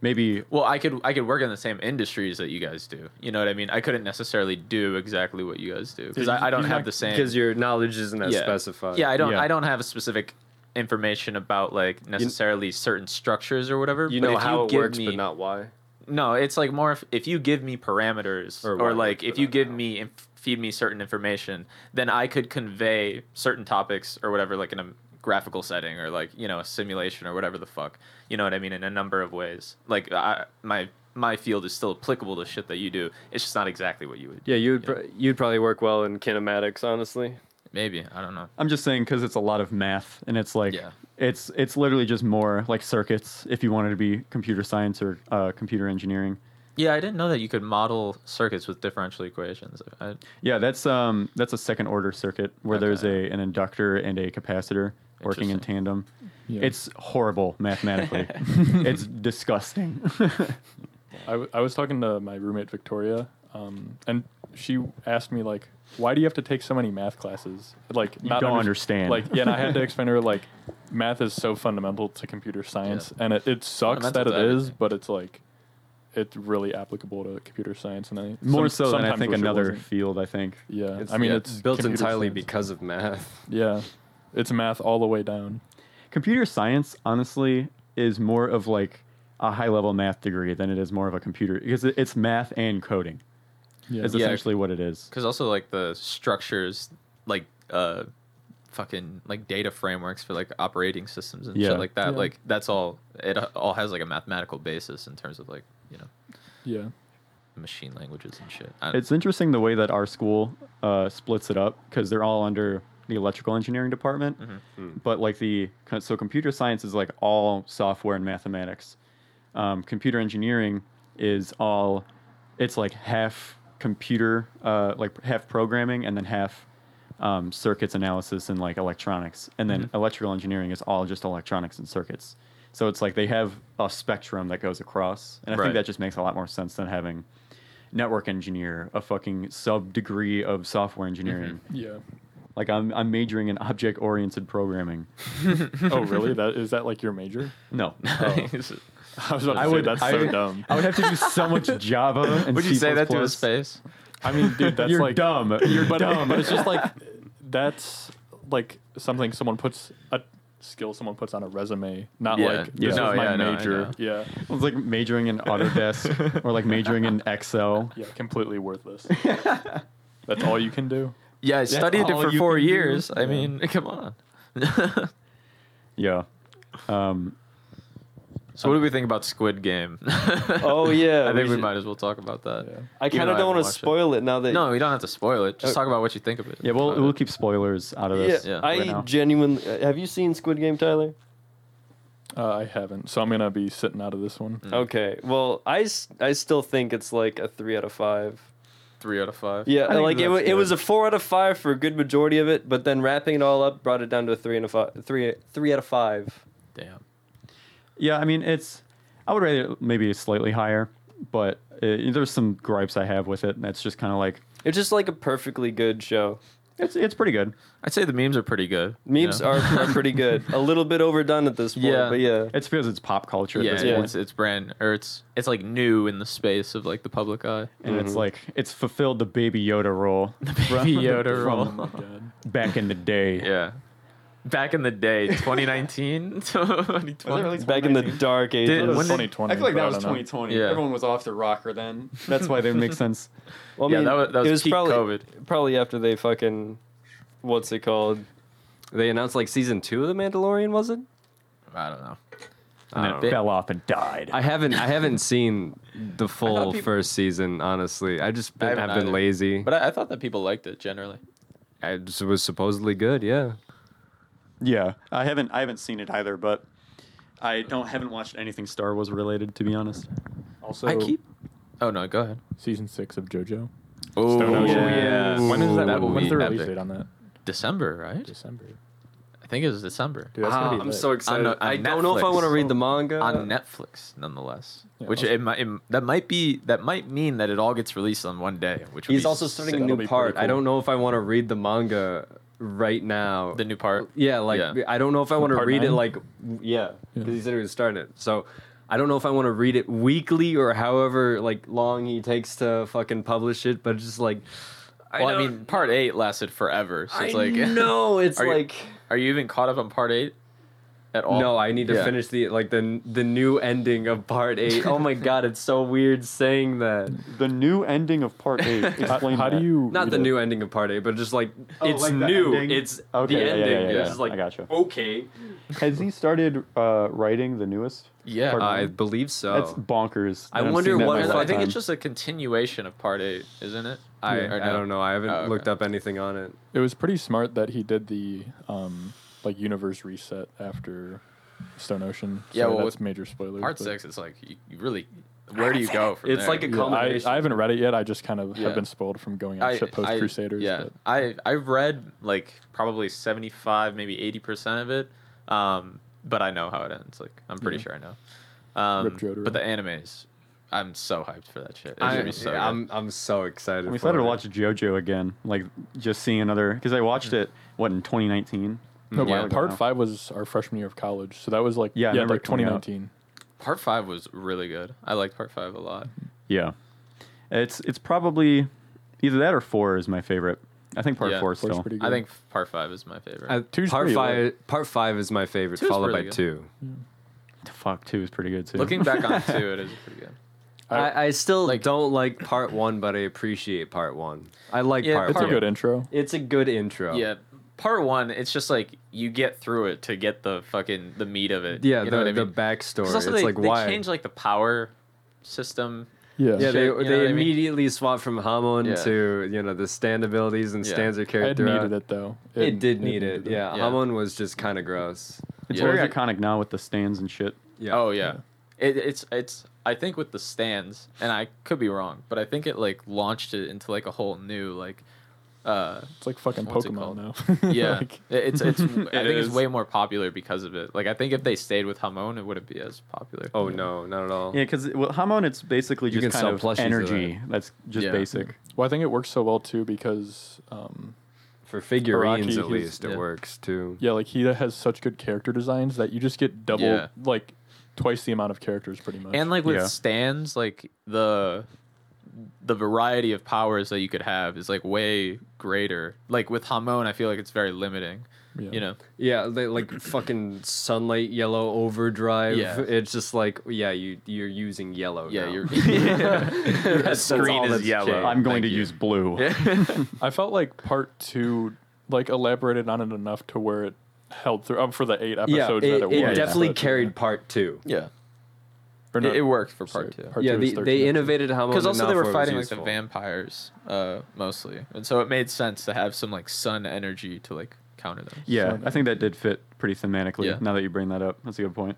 S4: maybe.
S3: Well, I could I could work in the same industries that you guys do. You know what I mean? I couldn't necessarily do exactly what you guys do because
S2: Yeah,
S3: I, I
S2: you-
S3: don't
S2: you're
S3: have
S2: not-
S3: the same
S1: because your knowledge isn't as specified.
S3: Yeah, I don't
S4: Yeah.
S3: I don't have specific information about like necessarily certain structures or whatever.
S1: you
S3: but
S1: know
S3: if
S1: how it
S3: give
S1: works,
S3: me,
S1: but not why.
S3: No, it's like more if, if you give me parameters
S1: Or
S3: or,
S1: why it works,
S3: like if
S1: but
S3: you
S1: not
S3: give
S1: how.
S3: me and feed me certain information, then I could convey certain topics or whatever like in a graphical setting or like, you know, a simulation or whatever the fuck. You know what I mean in a number of ways. Like I, my my field is still applicable to shit that you do. It's just not exactly what you would do.
S1: Yeah, you'd Pr- you'd probably work well in kinematics, honestly.
S3: Maybe, I don't know.
S4: I'm just saying because it's a lot of math, and it's like
S3: Yeah.
S4: it's it's literally just more like circuits. If you wanted to be computer science or uh, computer engineering,
S3: Yeah, I didn't know that you could model circuits with differential equations. I,
S4: yeah, that's um that's a second order circuit where there's
S3: Okay.
S4: a an inductor and a capacitor working in
S3: Interesting.
S4: tandem.
S2: yeah.
S4: It's horrible mathematically. it's disgusting.
S2: I, w- I was talking to my roommate Victoria, um, and she asked me like, "Why do you have to take so many math classes?" Like,
S4: You don't understand.
S2: Like, yeah, and I had to explain to her like, math is so fundamental to computer science, and it, it sucks that
S3: Fundamental
S2: it
S3: to
S2: is,
S3: everything.
S2: but it's like, it's really applicable to computer science, and I
S4: More
S2: some-
S4: so than I
S2: sometimes
S4: think
S2: wish it
S4: another
S2: wasn't.
S4: field. I think.
S2: Yeah, I mean,
S1: yeah,
S2: it's
S1: built
S2: computer
S1: entirely
S2: science.
S1: because of math.
S2: yeah, it's math all the way down.
S4: computer science honestly is more of like a high level math degree than it is more of a computer because it- it's math and coding
S2: Yeah.
S4: is
S3: Yeah.
S4: essentially what it is
S3: Because also like the structures, like uh, fucking like data frameworks for like operating systems and
S4: Yeah.
S3: shit like that.
S2: Yeah.
S3: Like that's all. It uh, all has like a mathematical basis in terms of like you know
S2: Yeah.
S3: machine languages and shit. I,
S4: it's interesting the way that our school uh, splits it up because they're all under the electrical engineering department
S2: Mm-hmm.
S4: but like the so computer science is like all software and mathematics um, computer engineering is all it's like half computer uh, like half programming and then half um, circuits analysis and like electronics, and then
S3: Mm-hmm.
S4: electrical engineering is all just electronics and circuits. So it's like they have a spectrum that goes across, and I
S3: Right.
S4: think that just makes a lot more sense than having network engineer, a fucking sub degree of software engineering.
S3: Mm-hmm.
S2: Yeah.
S4: Like I'm, I'm majoring in object oriented programming.
S2: Oh, really? That is that like your major?
S4: No,
S2: Oh, I was about to
S4: I
S2: say
S4: would.
S2: that's
S4: I,
S2: so dumb.
S4: I would have to do so much Java. And
S3: Would you
S4: C++.
S3: say that to his face?
S2: I mean, dude, that's
S4: You're
S2: like
S4: dumb.
S2: You're but, dumb. But it's just like that's like something someone puts a skill someone puts on a resume, not
S3: Yeah.
S2: like
S4: Yeah.
S2: this
S4: No,
S2: is
S3: yeah, I
S2: my
S3: know, I know.
S2: major. Yeah.
S4: It's like majoring in Autodesk or like majoring in Excel.
S2: Yeah, completely worthless. that's all you can do.
S3: Yeah, I studied it
S4: all
S3: for
S4: you
S3: four
S4: can do?
S3: years. I mean, come on.
S4: Yeah. Um,
S3: So what do we think about Squid Game?
S1: Oh, yeah,
S3: I
S1: we
S3: think we,
S1: should-
S3: might as well talk about that.
S2: Yeah.
S1: I
S3: Even
S1: kind
S3: though
S1: of don't
S3: haven't
S1: want to
S3: watched it.
S1: spoil it now that
S3: No, we don't have to spoil it. Just
S1: Oh.
S3: talk about what you think of it.
S4: yeah, we'll we'll keep spoilers out of
S1: Yeah,
S4: this.
S3: Yeah.
S1: I
S4: right now.
S1: genuinely uh, have you seen Squid Game, Tyler?
S2: Uh, I haven't, so I'm gonna be sitting out of this one.
S3: Mm.
S1: Okay, well, I, s- I still think it's like a three out of five.
S3: three out of five.
S1: Yeah,
S4: I think
S1: like it,
S4: that's
S1: wa- it was
S4: good.
S1: a four out of five for a good majority of it, but then wrapping it all up brought it down to a three and a five, three three out of five.
S3: Damn.
S4: Yeah, I mean it's. I would rate it maybe slightly higher, but uh there's some gripes I have with it. And that's just kind of like
S1: It's just like a perfectly good show.
S4: it's it's pretty good.
S3: I'd say the memes are pretty good.
S1: Memes
S3: you know?
S1: are, are pretty good. A little bit overdone at this point,
S3: Yeah.
S1: but yeah.
S4: It's because it's pop culture
S3: Yeah,
S4: at this
S1: yeah.
S4: point,
S3: It's, it's brand or it's it's like new in the space of like the public eye.
S4: and it's like it's fulfilled the Baby Yoda role
S3: Baby Yoda
S2: Oh
S3: roll.
S2: my god.
S4: back in the day.
S3: Yeah. Back in the day, 2019, 2020.
S1: Back in the dark ages.
S3: Did- when did-
S2: 2020. but I don't know.
S4: 2020.
S3: Yeah. Everyone
S4: was off the rocker then. That's why that would make sense.
S1: Well, I
S3: yeah,
S1: mean,
S3: that was, that was,
S1: it was
S3: peak
S1: probably
S3: COVID.
S1: probably after they fucking what's it called? They announced like season two of The Mandalorian, was it?
S3: I don't know.
S1: I
S4: And then
S1: don't
S4: it
S1: know.
S4: fell off and died.
S1: I haven't I haven't seen the full
S3: people-
S1: first season. Honestly, I just been,
S3: I
S1: have
S3: haven't
S1: been
S3: either.
S1: lazy.
S3: But I, I thought that people liked it generally.
S1: I just was supposedly good. Yeah.
S4: yeah, I haven't. I haven't seen it either, but I don't. Haven't watched anything Star Wars related, to be honest.
S2: Also,
S3: I keep. Oh no, go ahead.
S2: season six of JoJo.
S3: Oh
S4: Ocean.
S3: yeah.
S2: When is that?
S3: That will
S2: when's
S3: be
S2: the release
S3: epic.
S2: date on that?
S3: December, right?
S2: December.
S3: I think it was December.
S2: Dude, that's gonna be
S1: Ah, I'm
S2: lit.
S1: so excited.
S3: on
S1: I don't know if I
S3: Netflix.
S1: want to read the manga.
S3: on Netflix, nonetheless.
S2: Yeah,
S3: which
S2: also-
S3: it might it, that might be that might mean that it all gets released on one day. Which would
S1: He's
S3: be
S1: also starting
S3: sick.
S1: a
S2: That'll
S1: new
S2: be pretty
S1: part. I
S2: cool.
S1: don't know if I want to read the manga right now.
S3: the new part.
S1: yeah, like
S3: Yeah.
S1: I don't know if I want to
S2: part
S1: read it
S2: nine?
S1: like yeah,
S2: Yeah.
S1: because he said he was starting it. So I don't know if I want to read it weekly or however like long he takes to fucking publish it. But just like,
S3: Well, I,
S1: don't-
S3: mean, part eight lasted forever, so
S1: I
S3: it's like,
S1: know it's
S3: Are you-
S1: like.
S3: are you even caught up on part eight at all?
S1: No, I need to
S3: Oh. Yeah.
S1: finish the like the the new ending of part eight. Oh my god, it's so weird saying that.
S4: The new ending of Part Eight.
S2: How,
S4: Explain
S2: how
S4: that.
S2: do you?
S1: Not
S2: read
S1: the
S2: it?
S1: new ending of part eight, but just like
S4: Oh,
S1: it's
S4: like the
S1: new.
S4: ending?
S1: It's
S4: Okay,
S1: the
S4: yeah, yeah,
S1: ending.
S4: yeah,
S1: It's
S3: yeah.
S1: just like
S4: I gotcha.
S1: okay.
S4: Has he started uh, writing the newest?
S3: Yeah.
S4: Part
S1: I
S4: nine?
S1: believe so.
S4: That's bonkers.
S1: I
S4: that I'm
S1: wonder
S4: seeing that
S1: what-
S4: in
S3: I,
S4: my
S3: I think
S4: lifetime.
S3: it's just a continuation of part eight, isn't it?
S1: I,
S3: Or
S1: I
S3: no?
S1: don't know. I haven't
S3: Oh, okay.
S1: looked up anything on it.
S2: It was pretty smart that he did the um, like universe reset after Stone Ocean.
S3: Yeah,
S2: So
S3: well,
S2: that's
S3: with
S2: major spoilers.
S3: Part
S2: but-
S3: six, it's like you, you really, where do you go from
S1: It's
S3: there?
S1: like a
S2: Yeah, I,
S1: Culmination.
S2: I haven't read it yet. I just kind of
S3: Yeah.
S2: have been spoiled from going
S3: I-
S2: out to post
S3: I-
S2: Crusaders.
S3: Yeah, Mm,
S2: but-
S3: I I've read like probably seventy five, maybe eighty percent of it, um, but I know how it ends. Like I'm pretty
S2: Yeah.
S3: sure I know. Um,
S2: Rip Jotaro.
S3: but the animes, I'm so hyped for that shit. It's
S1: I,
S3: gonna be so good.
S1: I'm I'm so excited.
S4: I'm
S1: for
S4: excited
S1: it.
S4: to watch JoJo again. Like just seeing another because I watched it what in 2019.
S2: No,
S3: Yeah.
S2: part- part five was our freshman year of college, so that was like
S4: Yeah, I
S2: yeah,
S4: remember
S2: like
S4: it coming out.
S2: 2019.
S3: part five was really good. I liked part five a lot.
S4: Yeah, it's it's probably either that or four is my favorite. I think part
S3: Yeah.
S4: four is
S2: Four's
S4: still.
S2: pretty good.
S3: I think part five is my favorite.
S1: I,
S2: Two's
S1: part
S2: pretty
S1: five. Part five is my favorite,
S3: Two's
S1: followed
S3: really
S1: by
S3: good.
S1: two.
S4: Fuck two is pretty good too.
S3: Looking back on two, it is pretty good.
S2: I-
S1: I, I still don't like part one, but I appreciate part one. I like
S3: Yeah,
S1: part
S2: it's a
S1: one.
S2: good intro.
S1: It's a good intro.
S3: Yeah. Part one, it's just like you get through it to get the fucking the meat of it.
S1: Yeah,
S3: you
S1: the,
S3: know what I
S1: the
S3: mean? 'Cause
S1: backstory.
S3: also
S1: it's
S3: they,
S1: like
S3: they
S1: why?
S3: change like the power system
S2: Yeah,
S1: yeah, they,
S3: shit, you know
S1: they
S3: what I mean?
S1: immediately swap from Hamon
S3: Yeah.
S1: to you know the stand abilities and
S3: Yeah.
S1: stands are
S2: I
S1: carried throughout.
S2: needed it though.
S1: uh, It, did need it.
S2: needed
S1: Yeah,
S3: Yeah.
S1: Hamon was just kind of gross.
S4: it's
S3: Yeah.
S4: very iconic now with the stands and shit.
S1: Yeah.
S3: Oh yeah, It, it's it's. I think with the stands, and I could be wrong, but I think it like launched it into like a whole new like Uh,
S2: It's like fucking
S3: What's it called?
S2: Pokemon now.
S3: yeah,
S2: Like,
S3: It- it's it's. I think
S4: is.
S3: it's way more popular because of it. Like I think if they stayed with Hamon, it wouldn't be as popular.
S1: Oh no, not at all.
S4: Yeah, because well, Hamon, it's basically
S1: You can
S4: just kind
S1: sell
S4: of
S1: plushies of
S4: energy. That's just
S3: Yeah.
S4: basic.
S2: well, I think it works so well too because, um,
S1: For figurines,
S2: Araki,
S1: at
S2: he's-
S1: least, it
S3: yeah.
S1: works too.
S2: yeah, like he has such good character designs that you just get double,
S3: Yeah.
S2: like twice the amount of characters pretty much.
S3: And like with
S4: Yeah.
S3: stands, like the the variety of powers that you could have is like way greater. Like with Hamon, I feel like it's very limiting.
S2: Yeah.
S3: You know,
S1: Yeah, they like fucking sunlight yellow overdrive.
S3: Yeah.
S1: It's just like yeah, you you're using yellow.
S3: yeah,
S1: now.
S3: you're
S1: That's- that's
S3: screen
S1: all
S3: is
S1: that's
S3: yellow.
S1: changed.
S4: I'm going
S3: thank
S4: to
S3: you.
S4: use blue.
S2: I felt like part two, like elaborated on it enough to where it held through um, for the eight
S1: yeah,
S2: episodes
S1: it,
S2: that it,
S1: it
S2: was.
S1: definitely
S2: but-
S1: carried part two.
S3: yeah.
S2: Or
S3: It,
S2: not-
S3: it worked for part
S2: sorry,
S3: two.
S2: part
S1: yeah,
S2: two was
S1: they,
S2: 13.
S1: they innovated how
S3: because also they were fighting like the vampires uh, mostly, and so it made sense to have some like sun energy to like counter them.
S4: Yeah,
S2: So-
S4: I think that did fit pretty thematically.
S3: Yeah.
S4: Now that you bring that up, that's a good point.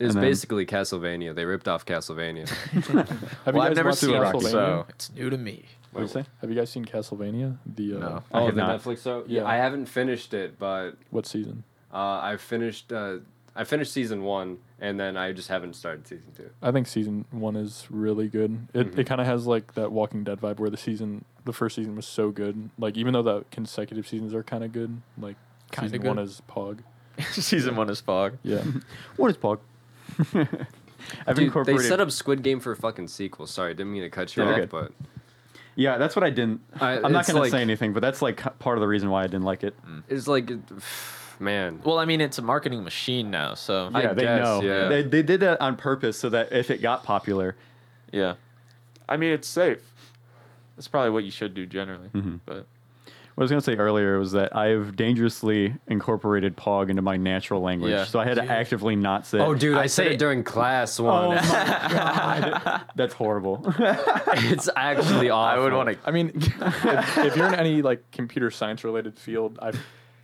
S1: It's
S4: and then-
S1: basically Castlevania. They ripped off Castlevania.
S2: Have you
S3: Well,
S2: guys
S3: I've never
S2: watched
S3: seen it,
S2: Castlevania?
S3: so it's new to me.
S4: What did you say?
S2: Have you guys seen Castlevania? The uh,
S3: No.
S4: I
S1: oh,
S4: have
S1: the
S4: not.
S1: Netflix show.
S2: Yeah.
S1: Yeah, I haven't finished it, but
S2: what season?
S1: uh, I finished. Uh, I finished season one, and then I just haven't started season two.
S2: I think season one is really good. It
S3: Mm-hmm.
S2: it kind of has like that Walking Dead vibe where the season, the first season was so good. Like even though the consecutive seasons are kind of good, like
S3: Kinda
S2: season one
S3: good.
S2: is Pog.
S3: Season one is fog.
S2: Yeah,
S4: What is Pog?
S1: Dude,
S4: I've
S1: they
S4: incorporated.
S1: set up Squid Game for a fucking sequel. Sorry, didn't mean to cut you
S4: No,
S1: off,
S4: you're
S1: but
S4: yeah, that's what I didn't.
S1: I-
S4: I, am not
S1: it's
S4: going
S1: like-
S4: to say anything, but that's like part of the reason why I didn't like it.
S1: it's like, man,
S3: Well, I mean, it's a marketing machine now, so
S1: I
S4: Yeah, they
S1: guess,
S4: know.
S1: yeah.
S4: They, they did that on purpose so that if it got popular,
S3: Yeah. I mean, it's safe. That's probably what you should do generally. But
S4: What I was gonna say earlier was that I have dangerously incorporated Pog into my natural language,
S3: Yeah.
S4: so I had to actively not say.
S1: Oh, dude, I,
S3: I
S1: said
S3: say-
S1: it during class
S4: Oh my
S1: one.
S4: god, that's horrible.
S1: it's actually awful.
S3: I would want to.
S2: I mean, if, if you're in any like computer science related field, I,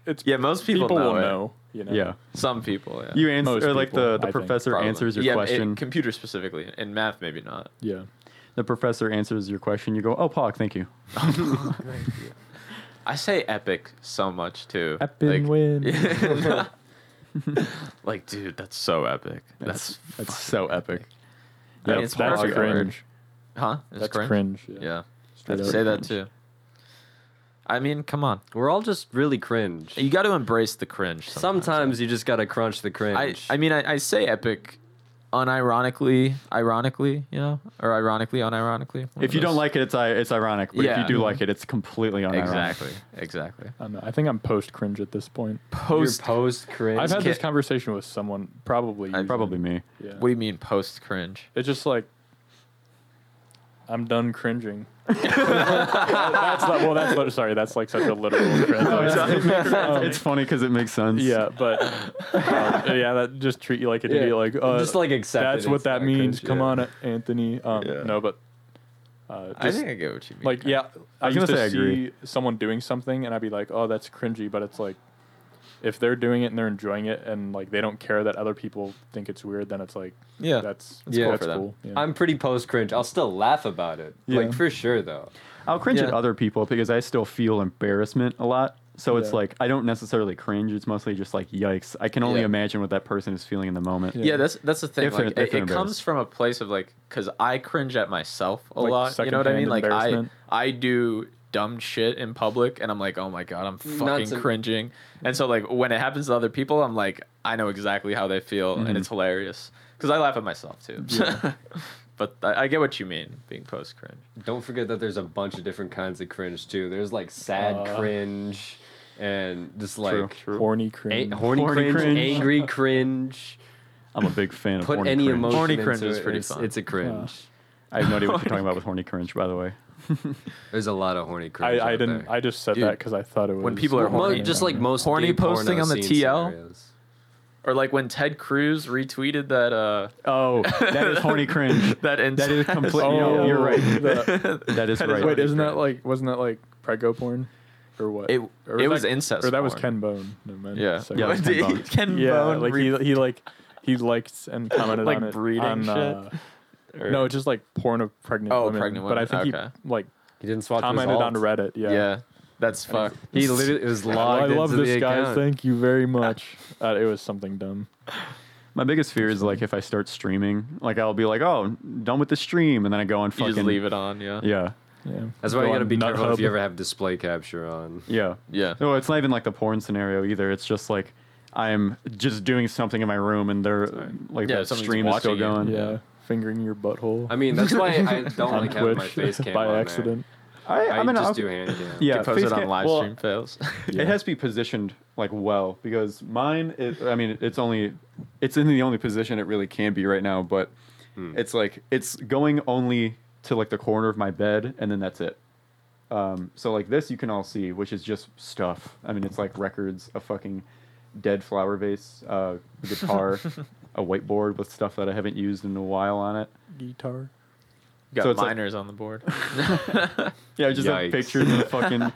S2: it's
S3: Yeah, most people,
S2: people,
S3: know,
S2: will
S3: it.
S2: know. You know,
S4: yeah,
S3: Some people, yeah.
S4: you answer
S2: Most
S4: or like
S2: people,
S4: the, the
S2: I think,
S4: professor
S3: Probably.
S4: answers your
S3: Yeah, it-
S4: question.
S3: computer specifically, in math maybe not.
S2: yeah.
S4: the professor answers your question. You go, oh Pog, thank you.
S3: I say epic so much too.
S2: Epic win.
S3: like, dude, that's so epic. That's,
S4: That's so epic.
S3: I mean,
S2: That's-
S3: it's
S2: that's
S3: perfect.
S2: cringe.
S3: huh? It's
S2: That's
S3: cringe.
S2: cringe.
S3: Yeah,
S2: Straight
S3: I'd
S2: up
S3: say that
S2: cringe.
S3: too. I mean, come on,
S1: We're all just really cringe.
S3: you got to embrace the cringe. Sometimes.
S1: Sometimes you just gotta crunch the
S3: I,
S1: cringe.
S3: I mean, I, I say epic unironically, ironically, you know, or ironically, unironically. one
S4: If
S3: of
S4: you don't
S3: those.
S4: like it, it's i- it's ironic. But
S3: Yeah.
S4: if you do like it, it's completely unironic.
S3: Exactly. Exactly.
S2: I, don't know. I think I'm post cringe at this point.
S1: post post cringe.
S2: I've had this
S3: ca-
S2: conversation with someone, probably. you.
S4: Probably me.
S2: Yeah.
S3: What do you mean post cringe?
S2: It's just like I'm done cringing. that's not, well, that's but sorry, that's like such a literal translation.
S4: Oh, it's funny because it makes sense.
S2: yeah, but um, yeah, that just treat you like an
S1: Yeah.
S2: idiot. Like uh,
S1: Just, like, accept
S2: That's
S1: it,
S2: what
S1: it's
S2: that
S1: not
S2: means.
S1: cringe,
S2: Come
S1: yeah.
S2: on, Anthony. Um,
S3: Yeah.
S2: No, but uh,
S3: I
S2: just
S3: think I get what you mean.
S2: like yeah, I,
S4: I was
S2: used
S4: gonna
S2: to
S4: say I agree.
S2: see someone doing something and I'd be like, oh, that's cringy, but it's like. If they're doing it and they're enjoying it, and like they don't care that other people think it's weird, then it's like,
S3: Yeah.
S2: that's
S1: Yeah. cool
S2: that's
S3: for them.
S2: cool. Yeah.
S1: I'm pretty post cringe. I'll still laugh about it. Like for sure though.
S4: I'll cringe at
S3: Yeah.
S4: other people because I still feel embarrassment a lot. So it's
S2: Yeah.
S4: like I don't necessarily cringe. It's mostly just like yikes. I can only
S3: Yeah.
S4: imagine what that person is feeling in the moment.
S2: Yeah.
S3: yeah, that's that's the thing.
S4: If they're-
S3: like,
S4: if
S3: it,
S4: they're
S3: it comes
S4: embarrassed.
S3: from a place of like, because I cringe at myself a
S2: Like,
S3: lot. You know what I mean?
S2: secondhand
S3: Like I
S2: embarrassment.
S3: I do dumb shit in public, and I'm like, oh my god, I'm fucking
S1: to-
S3: cringing. And so like when it happens to other people, I'm like, I know exactly how they feel,
S2: Mm-hmm.
S3: and it's hilarious because I laugh at myself too. but I, I get what you mean being post cringe.
S1: Don't forget that there's a bunch of different kinds of cringe too. There's like sad
S2: Uh,
S1: cringe and just like
S4: True, true.
S2: horny
S1: a-
S2: cringe.
S1: horny,
S4: Horny
S1: cringe,
S4: cringe.
S1: angry cringe.
S4: I'm a big fan of
S1: Put
S4: horny
S1: any
S4: cringe.
S1: emotion
S3: Horny
S1: into
S3: cringe is
S1: it,
S3: pretty
S1: it's,
S3: fun.
S1: It's a cringe.
S4: I have no idea what you're talking about with horny cringe, by the way.
S1: There's a lot of horny cringe.
S2: I, I
S1: out
S2: didn't.
S1: there.
S2: I just said
S3: Dude,
S2: that because I thought it was
S3: when people are
S1: Mo-
S3: horny.
S1: just like most
S3: Horny
S1: gay porno
S3: posting on the
S1: scene
S3: TL?
S1: scenarios.
S3: Or like when Ted Cruz retweeted that uh
S4: Oh, that is horny cringe.
S3: that
S4: That is completely.
S2: Oh.
S4: you're right.
S2: The-
S4: that is right.
S2: Wait, isn't that like? Wasn't that like prego porn, or what?
S3: It-
S2: or
S3: it was incest
S2: Or that was
S3: porn.
S2: Ken Bone. No, man.
S3: yeah.
S2: So- yeah.
S4: Yeah, What Ken Bone.
S3: Ken Bone
S2: like
S3: re-
S2: he he like he liked and commented
S3: Like
S2: on it
S3: breeding
S2: on,
S3: shit?
S2: Uh,
S3: or-
S2: no, just like porn of pregnant
S3: Oh,
S2: women.
S3: pregnant
S2: But I
S3: women,
S2: think
S3: okay.
S2: he like
S1: He didn't swap his
S2: commented on
S1: alt.
S2: Reddit. Yeah.
S3: yeah. That's fuck.
S1: He literally it was
S2: Well, I
S1: logged
S2: love
S1: into
S2: this
S1: the
S2: guy.
S1: account.
S2: Thank you very much. Uh, it was something dumb.
S4: My biggest fear is like if I start streaming, like I'll be like, oh, done with the stream, and then I go on
S3: You
S4: fucking
S3: just leave it on, yeah.
S4: Yeah,
S2: Yeah.
S1: That's why
S2: Go
S1: you gotta
S2: on
S1: be careful if you
S2: Nuthub.
S1: ever have display capture on.
S4: yeah,
S3: Yeah.
S4: No, it's not even like the porn scenario either. It's just like I'm just doing something in my room, and they're like
S3: Yeah,
S4: the
S3: somebody's
S4: stream is still
S3: watching you.
S4: going.
S2: Yeah, fingering your butthole
S1: I mean, that's why I don't
S2: on
S1: like having my
S2: Twitch
S1: face cam on
S2: by
S1: there.
S2: accident.
S4: I,
S1: I
S4: I mean, I'll-
S1: just do hand cam.
S4: Yeah,
S3: You post
S4: face
S3: it on
S4: cam-
S3: live
S4: well,
S3: stream fails.
S2: Yeah.
S4: It has to be positioned like well because mine. Is, I mean, it's only it's in the only position it really can be right now, but it's like it's going only to like the corner of my bed, and then that's it. Um, so like this, you can all see, which is just stuff. I mean, it's like records, a fucking dead flower vase, uh, a guitar, a whiteboard with stuff that I haven't used in a while on it.
S2: Guitar.
S3: Got
S4: So it's like-
S3: minors on the board.
S4: Yeah, just
S1: Yikes.
S4: have pictures of fucking.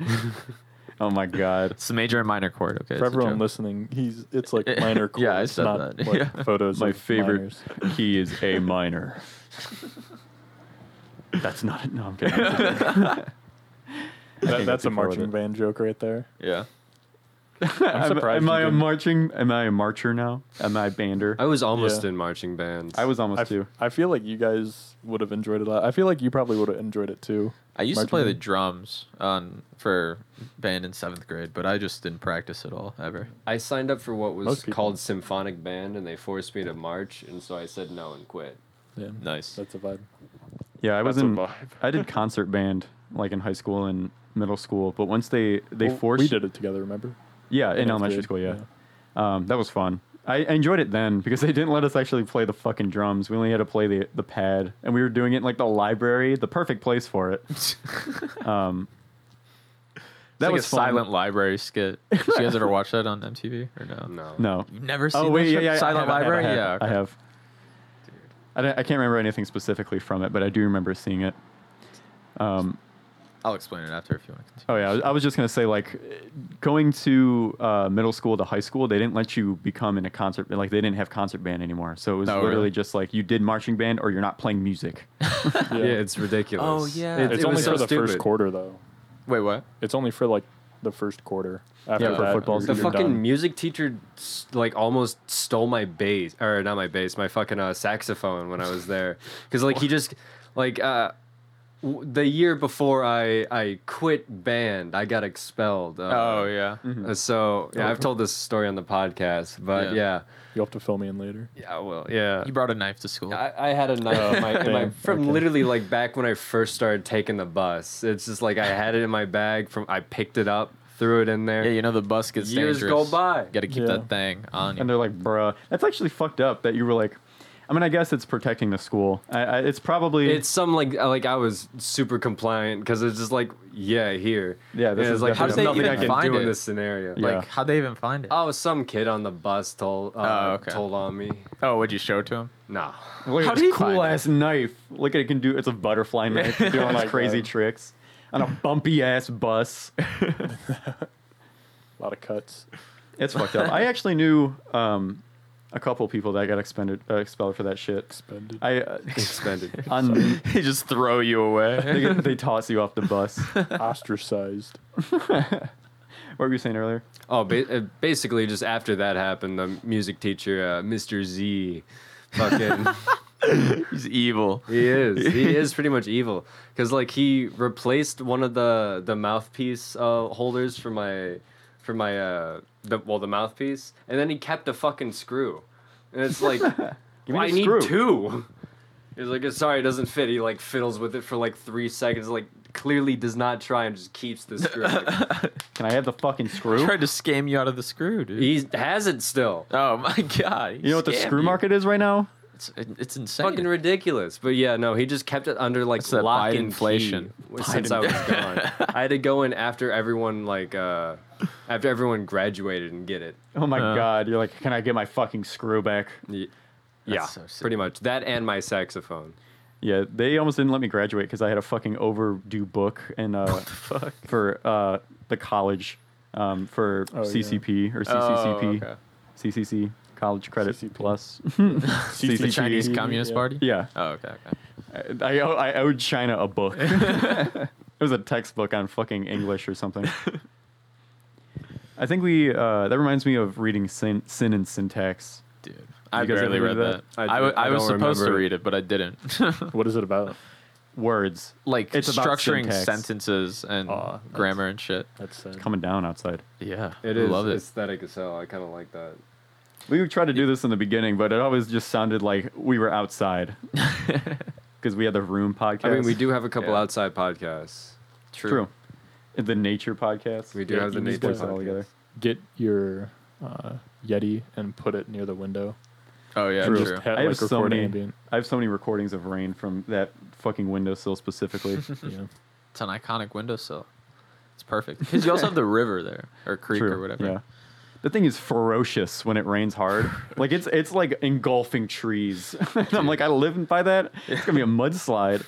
S4: oh my god.
S3: It's the major and minor chord. Okay.
S2: For
S3: it's a
S2: everyone
S3: joke.
S2: listening, he's it's like minor chords,
S3: Yeah, I said
S2: not
S3: that.
S2: like
S3: Yeah.
S2: photos.
S4: My
S2: of
S4: favorite
S2: minors.
S4: key is A minor. That's not it. No, I'm kidding. I'm kidding.
S2: That, that's
S4: that's
S2: a
S4: before
S2: marching
S4: that.
S2: band joke right there.
S3: Yeah.
S4: Am-
S2: surprised
S4: Am
S2: you
S4: I a
S2: didn't-
S4: marching? Am I a marcher now? Am I a bander?
S1: I was almost
S2: Yeah.
S1: in marching bands.
S4: I was almost
S2: I,
S4: too.
S2: f- I feel like you guys would have enjoyed it. a lot. I feel like you probably would have enjoyed it too.
S3: I used to
S2: Marching
S3: play the
S2: band.
S3: drums on for band in seventh grade, but I just didn't practice at all ever.
S1: I signed up for what was
S2: Most people.
S1: called symphonic band, and they forced me to march, and so I said no and quit.
S2: Yeah,
S3: Nice.
S2: that's a vibe.
S4: Yeah, I was
S2: That's a
S4: in.
S2: vibe.
S4: I did concert band like in high school and middle school, but once they they
S2: Well,
S4: forced
S2: We did it together. Remember?
S4: yeah
S2: In
S4: in
S2: eighth
S4: elementary
S2: grade,
S4: school yeah, Um, that was fun. I I enjoyed it then because they didn't let us actually play the fucking drums. We only had to play the the pad, and we were doing it in like the library, the perfect place for it. Um,
S3: That
S4: that
S3: like
S4: was
S3: a
S4: fun.
S3: silent library skit. Did you guys ever watch that on MTV or no?
S1: No.
S4: No.
S3: You've never seen
S4: Oh
S3: that
S4: wait, yeah,
S3: shit?
S4: yeah, I
S3: Silent
S4: have, I have,
S3: Library.
S4: I have,
S3: yeah, okay.
S4: I have. I, don't- I can't remember anything specifically from it, but I do remember seeing it. Um,
S3: I'll explain it after if you want to continue.
S4: oh yeah, I was- I was just gonna say like, going to uh, middle school to high school, they didn't let you become in a concert like they didn't have concert band anymore. So it was
S3: Oh,
S4: literally
S3: really?
S4: just like you did marching band or you're not playing music.
S2: Yeah,
S1: Yeah, it's ridiculous.
S3: Oh, yeah.
S1: It-
S2: it's
S1: it
S2: only
S1: was
S2: for
S1: so
S2: the first
S1: stupid.
S2: quarter though.
S3: Wait, what?
S2: It's only for like the first quarter. After
S4: for
S2: that,
S4: football's
S1: The
S2: you're
S4: You're
S1: fucking
S2: done.
S1: music teacher, s- like, almost stole my bass, or not my bass, my fucking uh, saxophone when I was there, because like he just, like, uh, w- the year before I I quit band, I got expelled. Uh,
S3: Oh yeah.
S1: uh, So yeah,
S2: Oh.
S1: I've told this story on the podcast, but
S3: Yeah.
S1: yeah,
S2: You'll have to fill me in later.
S1: yeah, well, yeah.
S3: You brought a knife to school.
S1: I, I had a knife in my, in my
S2: damn,
S1: from
S2: okay.
S1: literally like back when I first started taking the bus. It's just like I had it in my bag from I picked it up, threw it in there.
S3: yeah, you know the bus gets
S1: Years go
S3: dangerous.
S1: by.
S3: Got to keep
S2: Yeah.
S3: that thing on.
S4: And
S3: You.
S4: they're like, bruh, that's actually fucked up that you were like, I mean, I guess it's protecting the school. I, I, it's probably
S1: It's some like like I was super compliant because it's just like yeah here
S4: Yeah,
S1: And
S4: this
S1: it's
S4: is
S1: like
S4: definitely- How
S1: there's
S4: did
S1: nothing
S4: they
S1: I
S3: even
S1: can
S3: find
S1: do
S3: it?
S1: in this scenario.
S4: Yeah.
S1: Like
S3: Like, how'd they even find it?
S1: oh, some kid on the bus told uh,
S3: Oh, okay.
S1: told on me.
S3: Oh, would you show it to him?
S1: Nah,
S4: look
S3: how
S4: at
S3: do you
S4: this cool
S3: find
S4: ass knife. Look at it can do. It's a butterfly knife doing all
S2: my
S4: these crazy
S2: God.
S4: tricks on a bumpy ass bus.
S2: A lot of cuts.
S4: It's fucked up. I actually knew um, a couple people that got expended, uh, expelled for that shit.
S2: Expended.
S4: I uh,
S1: expended.
S4: on
S3: He just throw you away.
S4: they, get- they toss you off the bus. what
S2: ostracized.
S4: were you saying earlier?
S1: Oh, ba- uh, basically, just after that happened, the music teacher, uh, Mr. Z, fucking,
S3: He's evil.
S1: he is, he is pretty much evil, because like he replaced one of the the mouthpiece uh, holders for my, for my uh, the well the mouthpiece, and then he kept a fucking screw, and it's like,
S4: me
S1: I
S4: the
S1: need
S4: screw."
S1: two. He's like, sorry, it doesn't fit. He like fiddles with it for like three seconds, like clearly does not try and just keeps the screw.
S4: Can I have the fucking screw?
S3: Tried to scam you out of the screw, dude.
S1: he has it still.
S3: oh my god.
S4: you know what the screw market is right now?
S3: It's, it, it's insane.
S1: fucking ridiculous. But yeah, no, he just kept it under like
S3: That's that
S1: lock
S3: Biden
S1: and
S3: inflation.
S1: inflation since I was gone. I had to go in after everyone like uh after everyone graduated and get it.
S4: Oh my
S3: Uh.
S4: god! You're like, can I get my fucking screw back?
S1: Y- Yeah,
S3: so sick.
S1: pretty much that and my saxophone.
S4: Yeah, they almost didn't let me graduate because I had a fucking overdue book and uh, for uh, the college um, for
S2: Oh, yeah.
S4: CCP or
S3: Oh,
S4: CCCP,
S3: okay.
S4: CCC College Credit
S2: CCP.
S4: Plus.
S3: The Chinese Communist
S2: yeah.
S3: Party?
S4: yeah,
S3: Oh, okay, okay.
S4: I, I, owe- I owed China a book. it was a textbook on fucking English or something. I think we. Uh, that reminds me of reading sin, sin and syntax.
S3: Dude, I
S4: You guys
S3: barely
S4: ever
S3: read
S4: read
S3: that.
S1: that? I
S3: I, w-
S1: did- I
S3: I was
S1: don't
S3: supposed to
S1: remember it.
S3: read it, but I didn't.
S2: What is it about?
S4: Words
S3: like
S4: It's about
S3: structuring
S4: syntax.
S3: sentences and
S2: Aw, that's-
S3: grammar and shit.
S2: That's sad.
S4: coming down outside.
S3: Yeah,
S1: It
S3: I
S1: is
S3: Love it.
S1: aesthetic as hell. I kind of like that.
S4: We tried to do this in the beginning, but it always just sounded like we were outside because we had the room podcast.
S1: I mean, we do have a couple
S3: Yeah.
S1: outside podcasts.
S4: true. The nature podcast.
S1: We do
S2: Yeah,
S1: have the
S2: you just
S1: nature
S2: put it all
S1: podcast.
S4: together.
S2: Get your uh, Yeti and put it near the window.
S3: Oh yeah,
S2: And
S3: true.
S2: Just have,
S4: I
S2: like,
S4: have so
S2: record
S4: many.
S2: ambient.
S4: I have so many recordings of rain from that fucking windowsill specifically.
S2: Yeah.
S3: It's an iconic windowsill. It's perfect because you also have the river there or creek or whatever.
S4: Yeah. The thing is ferocious when it rains hard. like it's it's like engulfing trees. And I'm like, I live by that. It's gonna be a mudslide.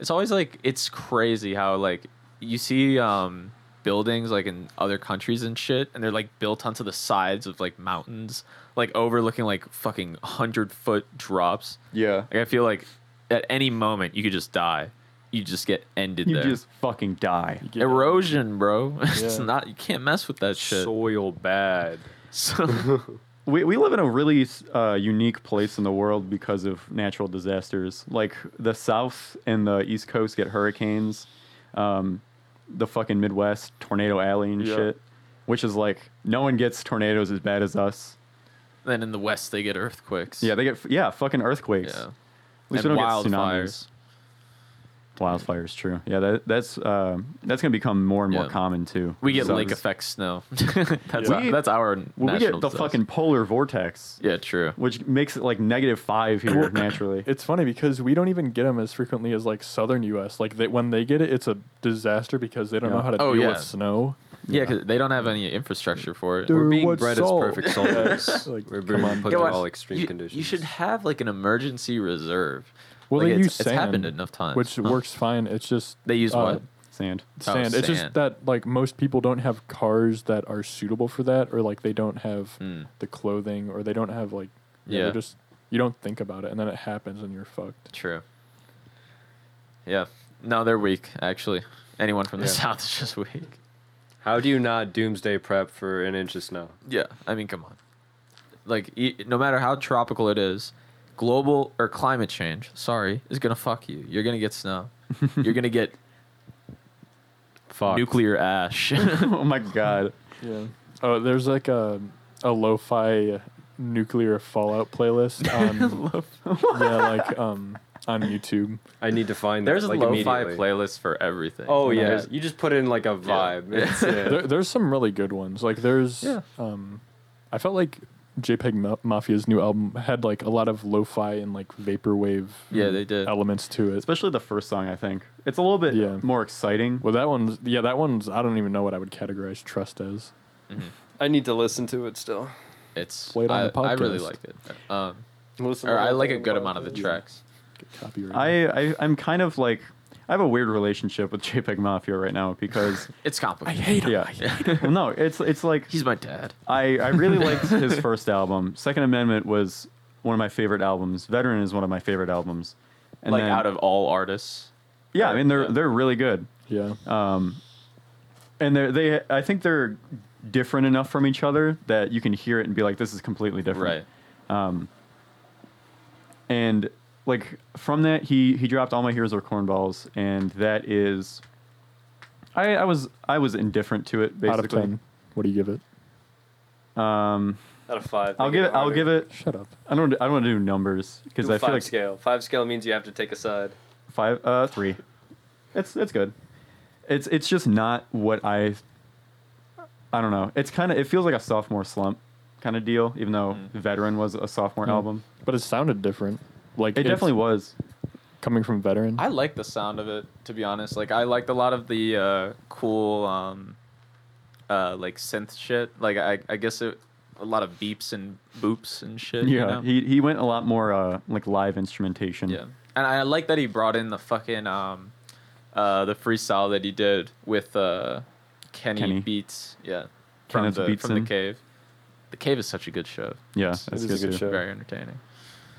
S3: It's always like it's crazy how like you see um buildings like in other countries and shit and they're like built onto the sides of like mountains like overlooking like fucking 100 foot drops
S4: Yeah.
S3: like i feel like at any moment you could just die you just get ended
S4: You
S3: there
S4: just fucking die.
S3: erosion bro it's
S2: Yeah.
S3: not you can't mess with that shit
S1: Soil bad.
S3: So-
S4: We, we live in a really uh, unique place in the world because of natural disasters. Like the South and the East Coast get hurricanes. Um, the fucking Midwest, Tornado Alley and
S2: Yeah.
S4: shit. Which is like, no one gets tornadoes as bad as us.
S3: then in the west they get earthquakes
S4: Yeah, they get, yeah, fucking earthquakes.
S3: yeah
S4: At least
S3: and
S4: we don't get tsunamis.
S3: wildfires
S4: Wildfires, true. Yeah, that, that's uh, that's going to become more and more
S3: Yeah.
S4: common too.
S3: we get
S4: So-
S3: lake effect snow that's,
S4: Yeah. We-
S3: that's our
S4: Well, we
S3: national
S4: get the
S3: disaster.
S4: fucking polar vortex,
S3: yeah true
S4: which makes it like negative five here naturally.
S2: It's funny because we don't even get them as frequently as like southern U.S. Like they, when they get it, it's a disaster because they don't
S4: Yeah.
S2: know how to
S3: Oh,
S2: deal
S3: yeah.
S2: with snow.
S3: Yeah, because they don't
S2: Mm.
S3: have any infrastructure for it.
S1: We're
S2: Dude,
S1: being
S2: what's
S1: bred
S2: salt?
S1: as perfect soldiers.
S2: Like,
S1: We're
S2: come
S1: being
S2: on.
S1: put
S2: Yeah,
S1: through
S2: well,
S1: all extreme
S3: you,
S1: conditions.
S3: You should have like an emergency reserve.
S2: Well, they
S3: Like, it's,
S2: use sand,
S3: It's happened enough times.
S2: which
S3: Huh.
S2: works fine. It's just
S3: They use
S2: uh,
S3: what?
S4: Sand.
S3: Oh,
S2: Sand. It's
S3: sand.
S2: just that like most people don't have cars that are suitable for that, or like they don't have
S1: Hmm.
S3: Mm.
S2: the clothing, or they don't have like yeah,
S3: Yeah.
S2: they're just you don't think about it, and then it happens, and you're fucked.
S3: True. Yeah. No, they're weak. Actually, anyone from the
S1: Yeah.
S3: south is just weak.
S1: How do you not doomsday prep for an inch of snow?
S3: Yeah. I mean, come on. Like, e- no matter how tropical it is, global or climate change, sorry, is gonna fuck you. You're gonna get snow. You're gonna get
S1: Fuck.
S3: nuclear ash.
S4: oh my god.
S2: Yeah. Oh, there's like a a lo-fi nuclear fallout playlist on yeah, like um on YouTube.
S1: I need to find
S3: There's
S1: that,
S3: a
S1: like,
S3: lo-fi
S1: immediately.
S3: playlist for everything.
S1: Oh yeah,
S3: There's-
S1: you just put in like a vibe. It's, uh,
S2: There, there's some really good ones. Like there's
S3: Yeah.
S2: um I felt like JPEG Ma- Mafia's new album had like a lot of lo-fi and like vaporwave
S3: Yeah, they did.
S2: elements to it.
S4: Especially the first song, I think. It's a little bit
S2: Yeah.
S4: more exciting.
S2: Well, that one's yeah, that one's I don't even know what I would categorize trust as.
S1: I need to listen to it still.
S3: It's
S2: Play it on
S3: I,
S2: the
S3: I really
S2: podcast.
S3: liked it. Um,
S1: Listen
S3: or
S1: to
S3: I
S1: it
S3: like a
S1: on
S3: good amount of the
S1: podcast.
S3: tracks.
S2: Get copyrighted.
S4: I, I I'm kind of like I have a weird relationship with JPEG Mafia right now because
S3: It's complicated.
S4: yeah. well, no, it's it's like
S3: He's my dad.
S4: I, I really liked his first album. Second Amendment was one of my favorite albums. Veteran is one of my favorite albums. And
S3: like
S4: then-
S3: out of all artists.
S4: yeah, I mean they're
S3: yeah.
S4: they're really good.
S2: yeah.
S4: and they they I think they're different enough from each other that you can hear it and be like, this is completely
S3: Right.
S4: different. And like from that, he he dropped all my heroes are cornballs, and that is, I I was I was indifferent to it
S2: Out of
S4: basically.
S2: ten, what do you give it?
S1: Out of five.
S4: I'll
S1: make
S4: give it. I'll
S1: harder.
S4: give it.
S2: Shut up.
S4: I don't. I don't want to do numbers because
S1: Do
S4: I
S1: five
S4: feel like
S1: scale. Five scale means you have to take a side.
S4: five uh three. It's it's good. It's it's just not what I. I don't know. It's kind of it feels like a sophomore slump kind of deal, even though Veteran was a sophomore album.
S2: But it sounded different. Like
S4: It
S2: it's
S4: definitely was.
S2: coming from veteran.
S3: I like the sound of it. To be honest, like I liked a lot of the uh, cool, um, uh, like synth shit. Like I, I guess it, a lot of beeps and boops and shit. you know?
S4: he he went a lot more uh, like live instrumentation.
S3: Yeah, and I like that he brought in the fucking um, uh, the freestyle that he did with uh, Kenny,
S4: Kenny.
S3: Beats. Yeah, from
S4: Kenneth
S3: the from
S4: Beatson.
S3: the cave. The cave is such a good show.
S4: yeah,
S2: It
S4: that's
S2: is a
S4: good,
S2: good
S4: too.
S2: show. Yeah.
S3: Very entertaining.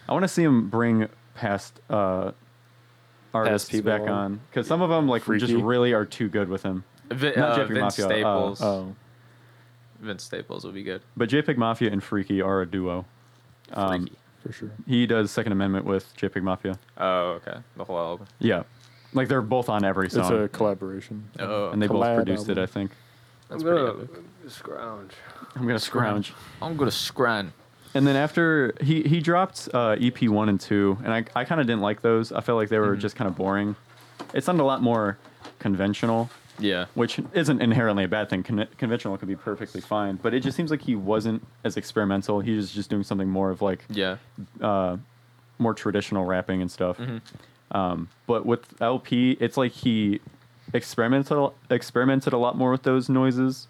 S4: I want to see him bring past uh, artists
S1: people
S4: back
S1: on.
S4: on because some of them like just
S2: Freaky.
S4: really are too good with him.
S3: Vi- uh,
S4: Not JPEG
S3: Vince
S4: Mafia, uh,
S3: Staples.
S2: Oh,
S3: Vince Staples would be good.
S4: But JPEG Mafia and Freaky are a duo. Um,
S3: Freaky.
S2: for sure.
S4: he does Second Amendment with JPEG Mafia.
S3: Oh, okay. The whole album.
S4: Yeah, like they're both on every
S2: It's
S4: song,
S2: a collaboration.
S3: Oh,
S4: and they both
S2: collab
S4: produced it.
S2: album.
S4: I think.
S3: that's
S1: I'm
S3: pretty
S1: gonna
S3: epic.
S1: scrounge.
S4: I'm gonna scrounge.
S3: I'm gonna scran.
S4: And then after he he dropped uh, EP one and two, and I I kind of didn't like those. I felt like they were just kind of boring. It sounded a lot more conventional,
S3: Yeah.
S4: which isn't inherently a bad thing. Con- conventional can be perfectly fine, but it just seems like he wasn't as experimental. He was just doing something more of like
S3: Yeah.
S4: more traditional rapping and stuff.
S3: Mm-hmm.
S4: Um, but with LP, it's like he experimented experimented a lot more with those noises.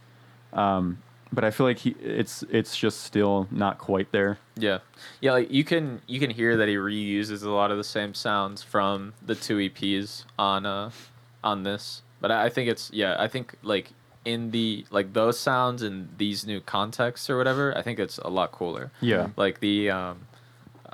S4: Um, but I feel like he it's it's just still not quite there.
S3: Yeah. Yeah, like you can you can hear that he reuses a lot of the same sounds from the two EPs on uh on this. But I, I think it's yeah, I think like in the like those sounds in these new contexts or whatever, I think it's a lot cooler.
S4: Yeah,
S3: Like the um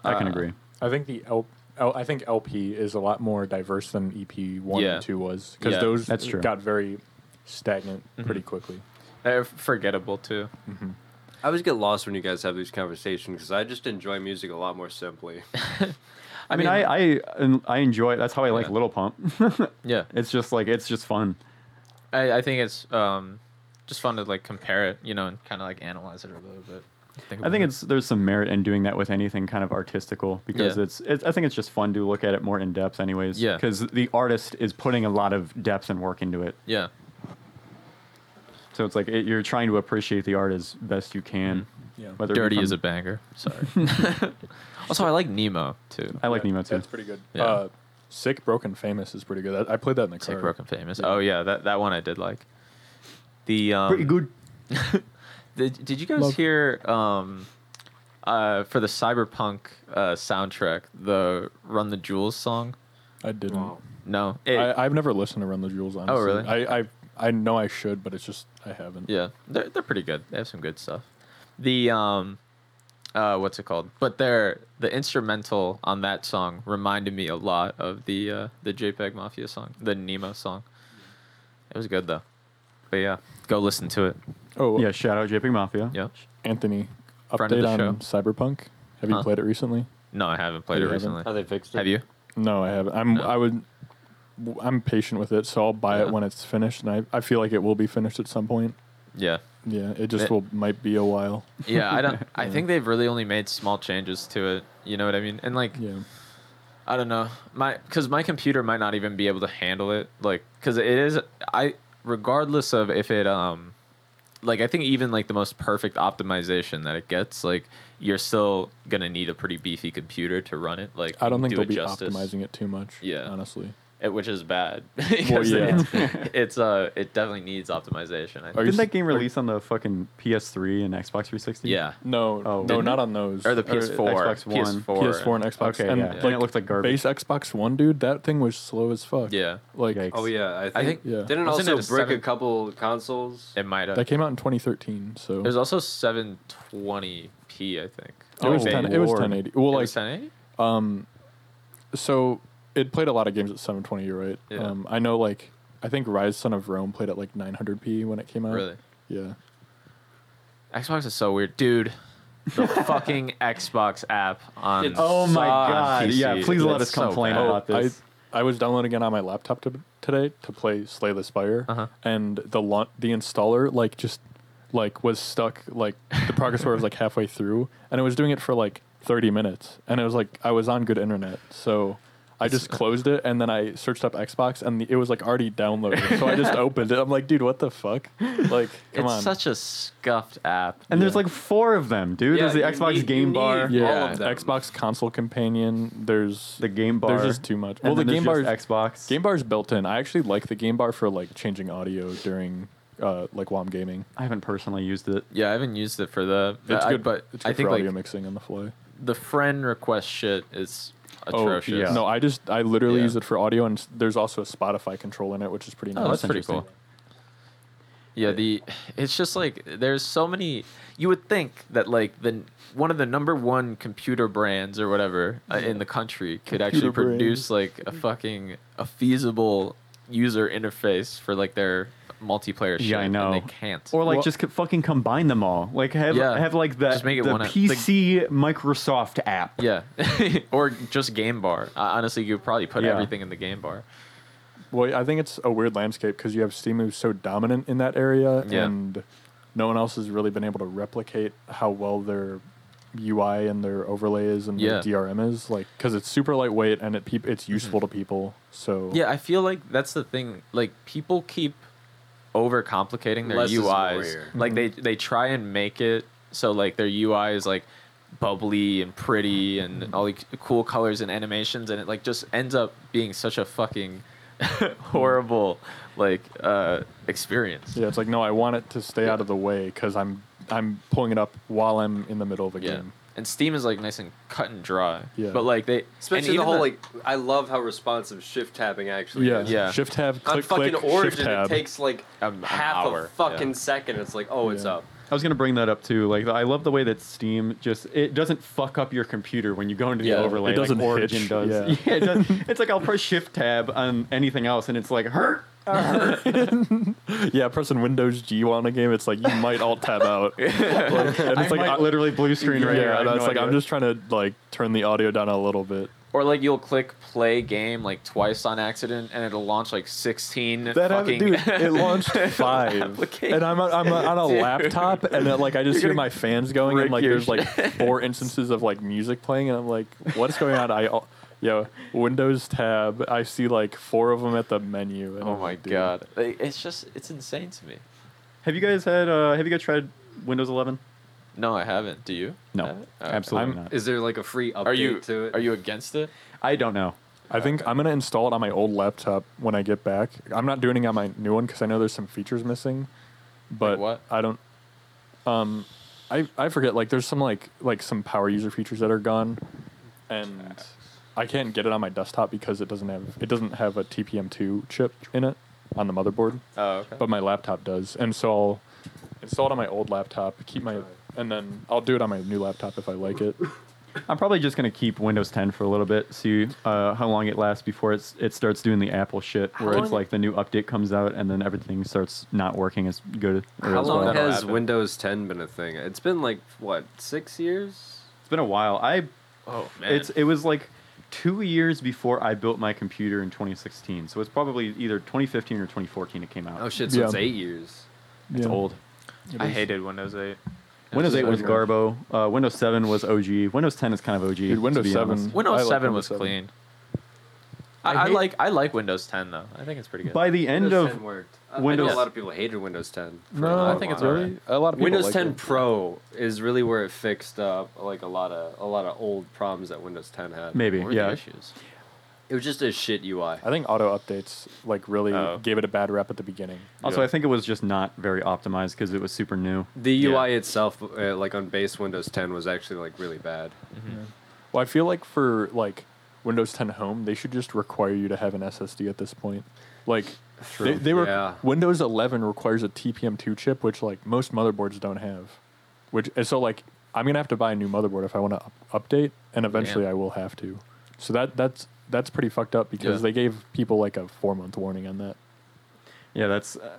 S4: I can
S3: uh,
S4: agree.
S2: I think the L, L, I think LP is a lot more diverse than EP one
S3: Yeah.
S2: and two was because
S3: Yeah. Mm-hmm.
S2: those
S4: That's true.
S2: got very stagnant pretty quickly.
S3: they're uh, forgettable too.
S1: I always get lost when you guys have these conversations because I just enjoy music a lot more simply.
S4: I mean, I I and I enjoy. That's how I like
S3: Yeah.
S4: Little Pump.
S3: Yeah.
S4: it's just like it's just fun.
S3: I, I think it's um just fun to like compare it, you know, and kinda like analyze it a little bit.
S4: I
S3: about
S4: think
S3: it.
S4: it's there's some merit in doing that with anything kind of artistical because
S3: Yeah.
S4: it's, it's I think it's just fun to look at it more in depth, anyways.
S3: Yeah.
S4: Because the artist is putting a lot of depth and work into it,
S3: Yeah.
S4: so it's like it, you're trying to appreciate the art as best you can.
S2: Yeah.
S4: Whether it be
S3: Dirty is a
S4: from-
S3: banger. Sorry. also I like Nemo too.
S4: I like Nemo too.
S2: That's pretty good.
S3: Yeah.
S2: Uh, Sick, broken, famous is pretty good. That- I played that in the car.
S3: Sick, broken, famous. Oh yeah, that, that one I did like. The um,
S4: Pretty good.
S3: Did, did you guys
S2: Love-
S3: hear um, uh, for the cyberpunk uh, soundtrack the Run the Jewels song?
S2: I didn't.
S1: Wow.
S3: No. It-
S2: I, I've never listened to Run the Jewels. Honestly.
S3: Oh, really?
S2: I, I I know I should, but it's just I haven't.
S3: yeah, they're they're pretty good. They have some good stuff. The um, uh, what's it called? But they're the instrumental on that song reminded me a lot of the uh, the JPEG Mafia song, the Nemo song. It was good though. But yeah, go listen to it.
S2: Oh,
S4: Yeah, shout out JPEG Mafia.
S3: Yeah.
S2: Anthony,
S3: Friend of
S2: update
S3: the
S2: on
S3: show.
S2: Cyberpunk. Have you
S3: Huh?
S2: played it recently?
S3: No, I haven't played
S2: Oh, You
S3: it
S2: haven't?
S3: recently.
S1: they fixed
S3: Have you?
S2: No, I haven't. I'm
S3: No.
S2: I would I'm patient with it, so I'll buy
S3: Yeah.
S2: it when it's finished, and I, I feel like it will be finished at some point.
S3: Yeah.
S2: Yeah, it just
S3: It-
S2: will might be a while.
S3: Yeah, I don't I think they've really only made small changes to it, you know what I mean? And like
S2: Yeah,
S3: I don't know. My cuz my computer might not even be able to handle it like cuz it is I regardless of if it um like I think even like the most perfect optimization that it gets, like you're still going to need a pretty beefy computer to run it like
S2: I don't think
S3: do
S2: they'll
S3: it
S2: be
S3: justice,
S2: optimizing it too much.
S3: Yeah.
S2: honestly.
S3: it- which is bad. because
S2: yeah.
S3: it's, it's uh it definitely needs optimization. I
S2: Are
S3: think.
S2: you
S4: Didn't
S2: s-
S4: that game release on the fucking PS3 and Xbox 360?
S3: Yeah.
S2: No, no,
S4: Oh. Didn't
S2: not on those.
S3: Or the PS4,
S4: Xbox One.
S2: PS4 and Xbox.
S4: Okay,
S2: and
S4: yeah.
S2: like
S4: and it looked like garbage.
S2: base Xbox One, dude. That thing was slow as fuck.
S3: Yeah.
S2: like
S4: Yikes.
S1: Oh yeah, I think,
S3: think-
S2: Yeah.
S1: didn't
S3: Wasn't it
S1: also
S3: a
S1: brick a
S3: seven-
S1: couple consoles.
S3: It might have
S2: that came out in 2013. So
S3: It was also 720p, I think.
S2: It was
S4: Oh,
S2: 10, it was
S4: Lord.
S2: 1080. Well,
S3: It
S2: like
S3: was 1080?
S2: so it played a lot of games at 720 you're right
S3: Yeah.
S2: um, i know like i think rise son of rome played at like 900p when it came out
S3: Really?
S2: yeah
S3: Xbox is so weird, dude. The fucking Xbox app on.
S1: It's-
S4: Oh
S1: Sucks.
S4: my god. Yeah,
S3: PC.
S4: please let
S3: That's
S4: us
S3: so
S4: complain
S3: bad.
S4: about
S2: I,
S4: this.
S2: I was downloading it on my laptop to, today to play slay the spire
S3: Uh-huh.
S2: and the launch the installer like just like was stuck like the progress bar was like halfway through and it was doing it for like 30 minutes and it was like i was on good internet so I just closed it and then I searched up Xbox and the, it was like already downloaded. So I just opened it. I'm like, dude, what the fuck? Like, come
S3: it's
S2: on.
S3: such a scuffed app.
S4: and there's
S2: yeah.
S4: like four of them, dude.
S1: Yeah,
S4: there's the
S1: you
S4: Xbox
S1: need-
S4: Game
S1: you
S4: Bar,
S1: need-
S2: yeah,
S1: all of them.
S2: Xbox console companion. There's
S4: the Game Bar.
S2: there's just too much.
S4: Well,
S2: Well, the game bar is,
S4: Xbox.
S2: game bar's built in. I actually like the game bar for like changing audio during uh like while I'm gaming.
S4: I haven't personally used it.
S3: Yeah, I haven't used it for the.
S2: It's
S3: I-
S2: good,
S3: but
S2: it's good
S3: I think
S2: for audio
S3: like
S2: mixing on the fly.
S3: the friend request shit is
S2: Oh,
S3: atrocious.
S4: yeah.
S2: No, I just I literally
S3: Yeah.
S2: use it for audio, and s- there's also a Spotify control in it, which is pretty nice.
S3: Oh, that's pretty
S4: interesting.
S3: cool. Yeah, the it's just like there's so many. You would think that like the one of the number one computer brands or whatever uh, in the country could actually
S2: Computer
S3: produce like a fucking a feasible user interface for like their multiplayer shit.
S4: Yeah, I know.
S3: And they can't.
S4: Or like
S2: Well-
S4: just c- fucking combine them all. Like have
S3: Yeah.
S4: have like the,
S3: Just make it
S4: the
S3: one app.
S4: PC Microsoft app.
S3: yeah, or just game bar. Uh, honestly, you could probably put
S4: Yeah.
S3: everything in the game bar.
S2: Well, I think it's a weird landscape because you have Steam who's so dominant in that area,
S3: Yeah.
S2: and no one else has really been able to replicate how well their UI and their overlays and
S3: Yeah. Mm-hmm.
S2: their DRM is like because it's super lightweight and it peop- it's useful to people. So
S3: Yeah, I feel like that's the thing. Like people keep overcomplicating their
S1: Less is more.
S3: UIs. Like they they try and make it so like their UI is like bubbly and pretty
S1: Mm-hmm.
S3: and all the cool colors and animations, and it like just ends up being such a fucking horrible like uh experience.
S2: Yeah, it's like no, I want it to stay out of the way because I'm I'm pulling it up while I'm in the middle of a
S3: Yeah.
S2: game.
S3: And Steam is like nice and cut and dry.
S2: Yeah.
S3: But like they and
S1: Especially the
S3: even
S1: whole like, I love how responsive shift tabbing actually
S2: Yeah,
S1: is.
S3: Yeah.
S2: Shift tab,
S1: On
S2: click,
S1: fucking
S2: click, shift
S1: Origin, it
S2: tab.
S1: takes like
S3: Um, an
S1: half
S3: hour,
S1: a fucking
S3: yeah.
S1: second. It's like, oh, it's
S2: Yeah.
S1: up.
S4: I was gonna bring that up too. Like I love the way that Steam just it doesn't fuck up your computer when you go into the
S3: Yeah,
S4: overlay.
S2: it doesn't
S4: like Origin
S2: hitch,
S4: does.
S2: yeah.
S4: it does. It's like I'll press Shift Tab on anything else, and it's like hurt.
S2: yeah, pressing Windows G on a game, it's like you might alt tab out. Like, and it's
S4: It's like
S2: like I-
S4: literally blue screen right
S2: yeah,
S4: here. I have
S2: and it's
S4: no
S2: like I'm
S4: idea.
S2: just trying to like turn the audio down a little bit.
S3: Or like you'll click play game like twice on accident, and it'll launch like sixteen.
S2: That
S3: fucking
S2: happened, dude. It launched five, and I'm on- I'm on a
S3: Dude.
S2: laptop, and then, like I just hear
S3: gonna
S2: my fans going, and
S3: break
S2: like
S3: your
S2: there's like four instances of like music playing, and I'm like, what's going on? I, al- yo, Windows tab. I see like four of them at the menu. And
S3: Oh
S2: I'm
S3: my
S2: like, dude.
S3: god! Like, it's just it's insane to me.
S4: Have you guys had? Uh, have you guys tried Windows 11?
S3: No, I haven't. Do you? Have it? All right.
S4: absolutely
S2: I'm-
S4: not.
S1: Is there like a free update
S3: Are you
S1: to it?
S3: are you against it?
S4: I don't know.
S2: I think I'm gonna install it on my old laptop when I get back. I'm not doing it on my new one because I know there's some features missing, but
S3: what?
S2: I don't. Um, I I forget. Like, there's some like like some power user features that are gone, and I can't get it on my desktop because it doesn't have it doesn't have a TPM2 chip in it on the motherboard,
S3: Oh, okay.
S2: but my laptop does, and so I'll install it on my old laptop, keep my, and then I'll do it on my new laptop if I like it.
S4: I'm probably just gonna keep Windows 10 for a little bit, see uh, how long it lasts before it's it starts doing the Apple shit, where it's
S1: long-
S4: like the new update comes out and then everything starts not working as good. or
S1: How
S4: as
S1: long
S4: well.
S3: That'll
S1: has
S3: happen.
S1: Windows 10 been a thing? It's been like what six years?
S4: It's been a while. I
S3: oh man,
S4: it's it was like two years before I built my computer in 2016, so it's probably either 2015 or 2014 it came out.
S1: Oh shit! So
S2: Yeah.
S1: it's eight years.
S4: it's old.
S3: I hated Windows 8.
S4: Windows
S3: so
S4: 8 was
S3: good.
S4: Garbo. Uh, Windows 7 was OG. Windows 10 is kind of OG.
S2: Dude, Windows
S4: to be
S2: 7
S4: honest.
S2: I
S3: Windows
S2: like
S3: 7
S2: Windows
S3: was
S2: 7.
S3: clean. I,
S1: I
S3: I,
S1: hate-
S3: like I like Windows 10 though. I think it's pretty good.
S4: By the end
S1: Windows
S4: of
S1: 10 worked. I- I know
S4: Windows-
S1: a lot of people hated Windows 10. for a
S2: No,
S1: long
S3: I think it's
S1: while.
S3: alright.
S2: A lot of people
S1: Windows
S2: like
S1: 10
S2: it.
S1: Pro is really where it fixed up like a lot of a lot of old problems that Windows 10 had.
S4: maybe,
S3: What were the
S4: yeah.
S3: issues?
S1: It was just a shit UI.
S2: I think auto updates like really
S3: Oh.
S2: gave it a bad rep at the beginning.
S4: Also,
S3: Yeah.
S4: I think it was just not very optimized because it was super new.
S1: The
S3: Yeah.
S1: UI itself, uh, like on base Windows 10, was actually like really bad.
S2: Well, I feel like for like Windows 10 Home, they should just require you to have an SSD at this point. Like they, they were
S1: Yeah.
S2: Windows 11 requires a TPM2 chip, which like most motherboards don't have. Which and so like I'm gonna have to buy a new motherboard if I want to up- update, and eventually I will have to. So that that's that's pretty fucked up because
S3: Yeah.
S2: they gave people like a four month warning on that.
S4: Yeah, that's. Uh,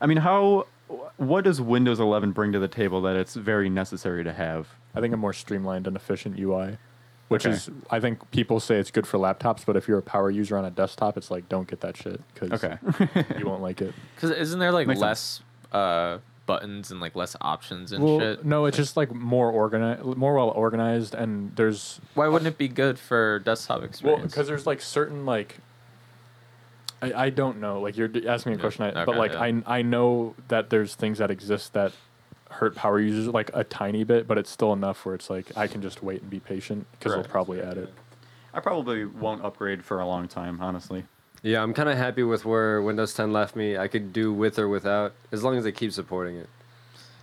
S4: I mean, how? wh- What does Windows 11 bring to the table that it's very necessary to have?
S2: I think a more streamlined and efficient UI, which
S4: Okay.
S2: is I think people say it's good for laptops, but if you're a power user on a desktop, it's like don't get that shit because
S4: Okay.
S2: you won't like it.
S3: Because isn't there like
S4: Makes
S3: less uh, buttons and like less options and
S2: Well,
S3: shit?
S2: no, it's just like more organized, more well organized, and there's
S3: Why wouldn't it be good for desktop
S2: well
S3: experience?
S2: because there's like certain like. I, I don't know. Like you're d- asking me a
S3: Yeah,
S2: question, I, but
S3: okay,
S2: like
S3: yeah.
S2: I I know that there's things that exist that hurt power users like a tiny bit, but it's still enough where it's like I can just wait and be patient because they'll
S3: Correct.
S2: probably add it.
S4: I probably won't upgrade for a long time, honestly.
S1: Yeah, I'm kind of happy with where Windows 10 left me. I could do with or without, as long as they keep supporting it.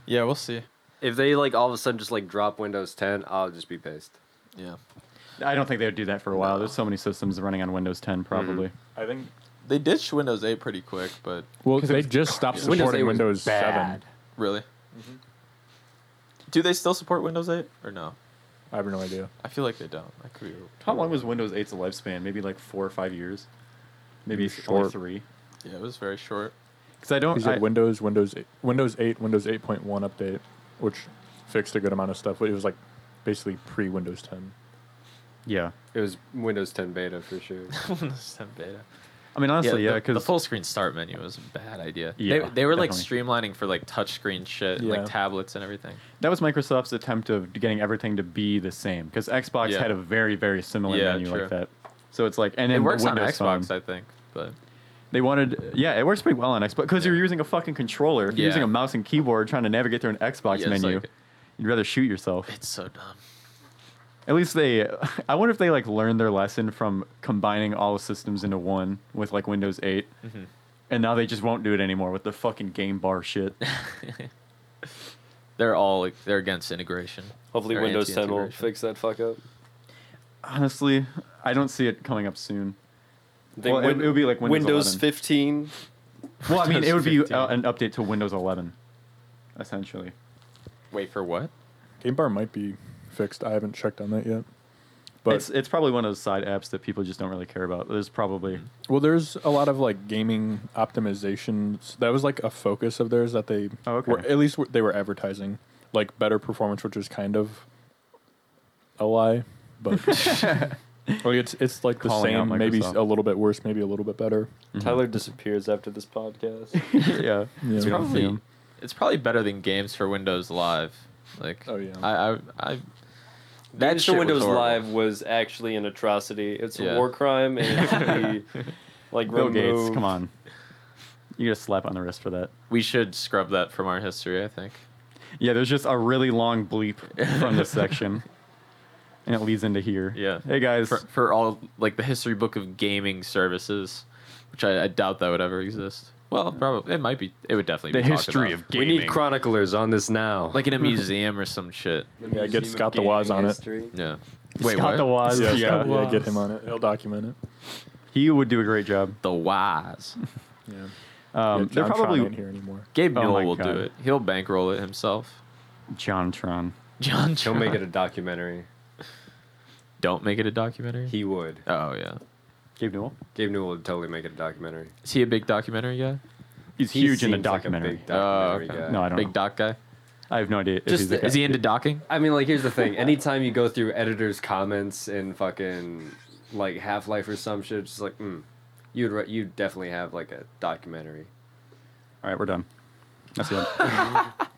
S3: yeah, we'll see.
S1: If they like all of a sudden just like drop Windows 10, I'll just be pissed.
S3: Yeah.
S4: Mm-hmm. I don't think they would do that for a while. There's so many systems running on Windows 10, probably.
S2: I think
S3: They ditched Windows 8 pretty quick, but
S2: Well, they just stopped
S1: Windows 8
S2: supporting
S1: was
S2: Windows, Seven.
S1: bad.
S3: really. Do they still support Windows 8 or no?
S2: I have no idea.
S3: I feel like they don't. I could be.
S4: How long was Windows 8's lifespan? Maybe like four or five years. Maybe it's only
S2: short.
S4: three.
S3: Yeah, it was very short.
S4: Mm, Because I
S2: He
S4: don't.
S2: said
S4: I,
S2: Windows, Windows, 8, Windows 8, Windows 8.1 update, which fixed a good amount of stuff. But it was like basically pre-Windows 10.
S4: yeah.
S1: It was Windows 10 beta for sure.
S3: Windows 10 beta.
S4: I mean, honestly, yeah.
S3: the- the,
S4: Because
S3: full screen start menu was a bad idea.
S4: Yeah,
S3: they, they were like
S4: definitely.
S3: streamlining for like touchscreen shit, and, like
S2: Yeah.
S3: tablets and everything.
S4: that was Microsoft's attempt of getting everything to be the same. Because Xbox
S3: Yeah.
S4: had a very, very similar
S3: Yeah,
S4: menu
S3: true.
S4: like that. So it's like, and then
S3: it works on
S4: Windows Phone.
S3: Xbox, I think, but
S4: They wanted, yeah, it works pretty well on Xbox because
S3: Yeah.
S4: you're using a fucking controller. If you're
S3: Yeah.
S4: using a mouse and keyboard trying to navigate through an Xbox
S3: Yeah, it's
S4: menu,
S3: like-
S4: you'd rather shoot yourself.
S3: it's so dumb.
S4: At least they, I wonder if they like learned their lesson from combining all systems into one with like Windows 8, and now they just won't do it anymore with the fucking game bar shit.
S3: They're all like, they're against integration.
S1: Hopefully,
S3: They're
S1: Windows 10 will
S3: anti-integration.
S1: fix that fuck up.
S4: Honestly, I don't see it coming up soon.
S1: I
S4: Well, it-
S1: Win-
S4: it would be like Windows 11.
S1: 15.
S4: Well, I mean, it would be
S3: Windows 15.
S4: uh, an update to Windows 11, essentially.
S3: Wait for what?
S2: Game Bar might be fixed. I haven't checked on that yet. But
S4: But it's it's probably one of those side apps that people just don't really care about. There's probably
S2: well, there's a lot of like gaming optimizations. That was like a focus of theirs that they
S4: Oh, okay.
S2: were at least were- they were advertising like better performance, which is kind of a lie, but like it's it's like the
S4: Calling out
S2: same, maybe
S4: Microsoft.
S2: a little bit worse, maybe a little bit better.
S1: Tyler disappears after this podcast.
S2: Yeah.
S4: yeah. We don't see
S3: Probably,
S4: 'em.
S3: it's probably better than games for Windows Live. Like,
S2: Oh, yeah.
S3: I, I, I
S1: That
S3: shit
S1: show
S3: was
S1: Windows
S3: horrible.
S1: Live was actually an atrocity. It's
S3: Yeah.
S1: a war crime and it should be like
S4: Bill Gates,
S1: removed.
S4: come on. You get a slap on the wrist for that.
S3: we should scrub that from our history. I think.
S4: Yeah, there's just a really long bleep from this section. And it leads into here.
S3: Yeah.
S4: Hey guys.
S3: for, for all like the history book of gaming services, which I, I doubt that would ever exist. Well, probably it might be. It would definitely
S4: the
S3: be talked
S4: history
S3: about.
S4: of gaming.
S1: chroniclers on this now.
S3: like in a museum or some shit.
S2: Yeah, get Scott the Waz on it.
S3: Yeah. Wait,
S4: Scott
S3: what?
S4: the Waz.
S2: Yeah,
S4: Yeah,
S2: yeah, yeah, get him on it. He'll document it.
S4: He would do a great job.
S3: The Waz.
S2: Yeah,
S4: Um,
S2: yeah
S4: they're
S2: John Tron
S4: probably
S2: ain't here anymore.
S3: Gabe
S4: Oh
S3: Newell
S4: my
S3: will
S4: God.
S3: do it. He'll bankroll it himself.
S4: John Tron.
S3: John,
S1: He'll
S3: Tron.
S1: make it a documentary.
S3: Don't make it a documentary.
S1: He would.
S3: oh yeah.
S4: Gabe Newell.
S1: Gabe Newell would totally make it a documentary.
S3: Is he a big documentary guy?
S4: He's
S1: He
S4: huge in the
S1: seems like a
S4: documentary.
S1: big documentary
S3: Oh, okay.
S1: guy.
S4: No, I don't
S3: Big
S4: know.
S3: doc guy.
S4: I have no idea. if
S3: Just
S4: he's a
S3: is
S4: guy.
S3: he into docking?
S1: I mean, like, here's the thing. Anytime you go through editors' comments and fucking like Half Life or some shit, it's just like, mm, you'd re- you definitely have like a documentary.
S4: All right, we're done. That's the end.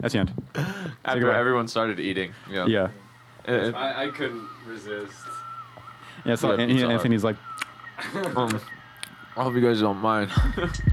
S4: That's the end.
S3: After
S4: goodbye.
S3: everyone started eating. Yeah.
S4: Yeah.
S3: Uh, uh,
S1: I, I couldn't resist.
S4: Yeah, so
S3: Yeah,
S4: and
S3: pizza hut.
S4: Anthony's like,
S3: um, I hope you guys don't mind.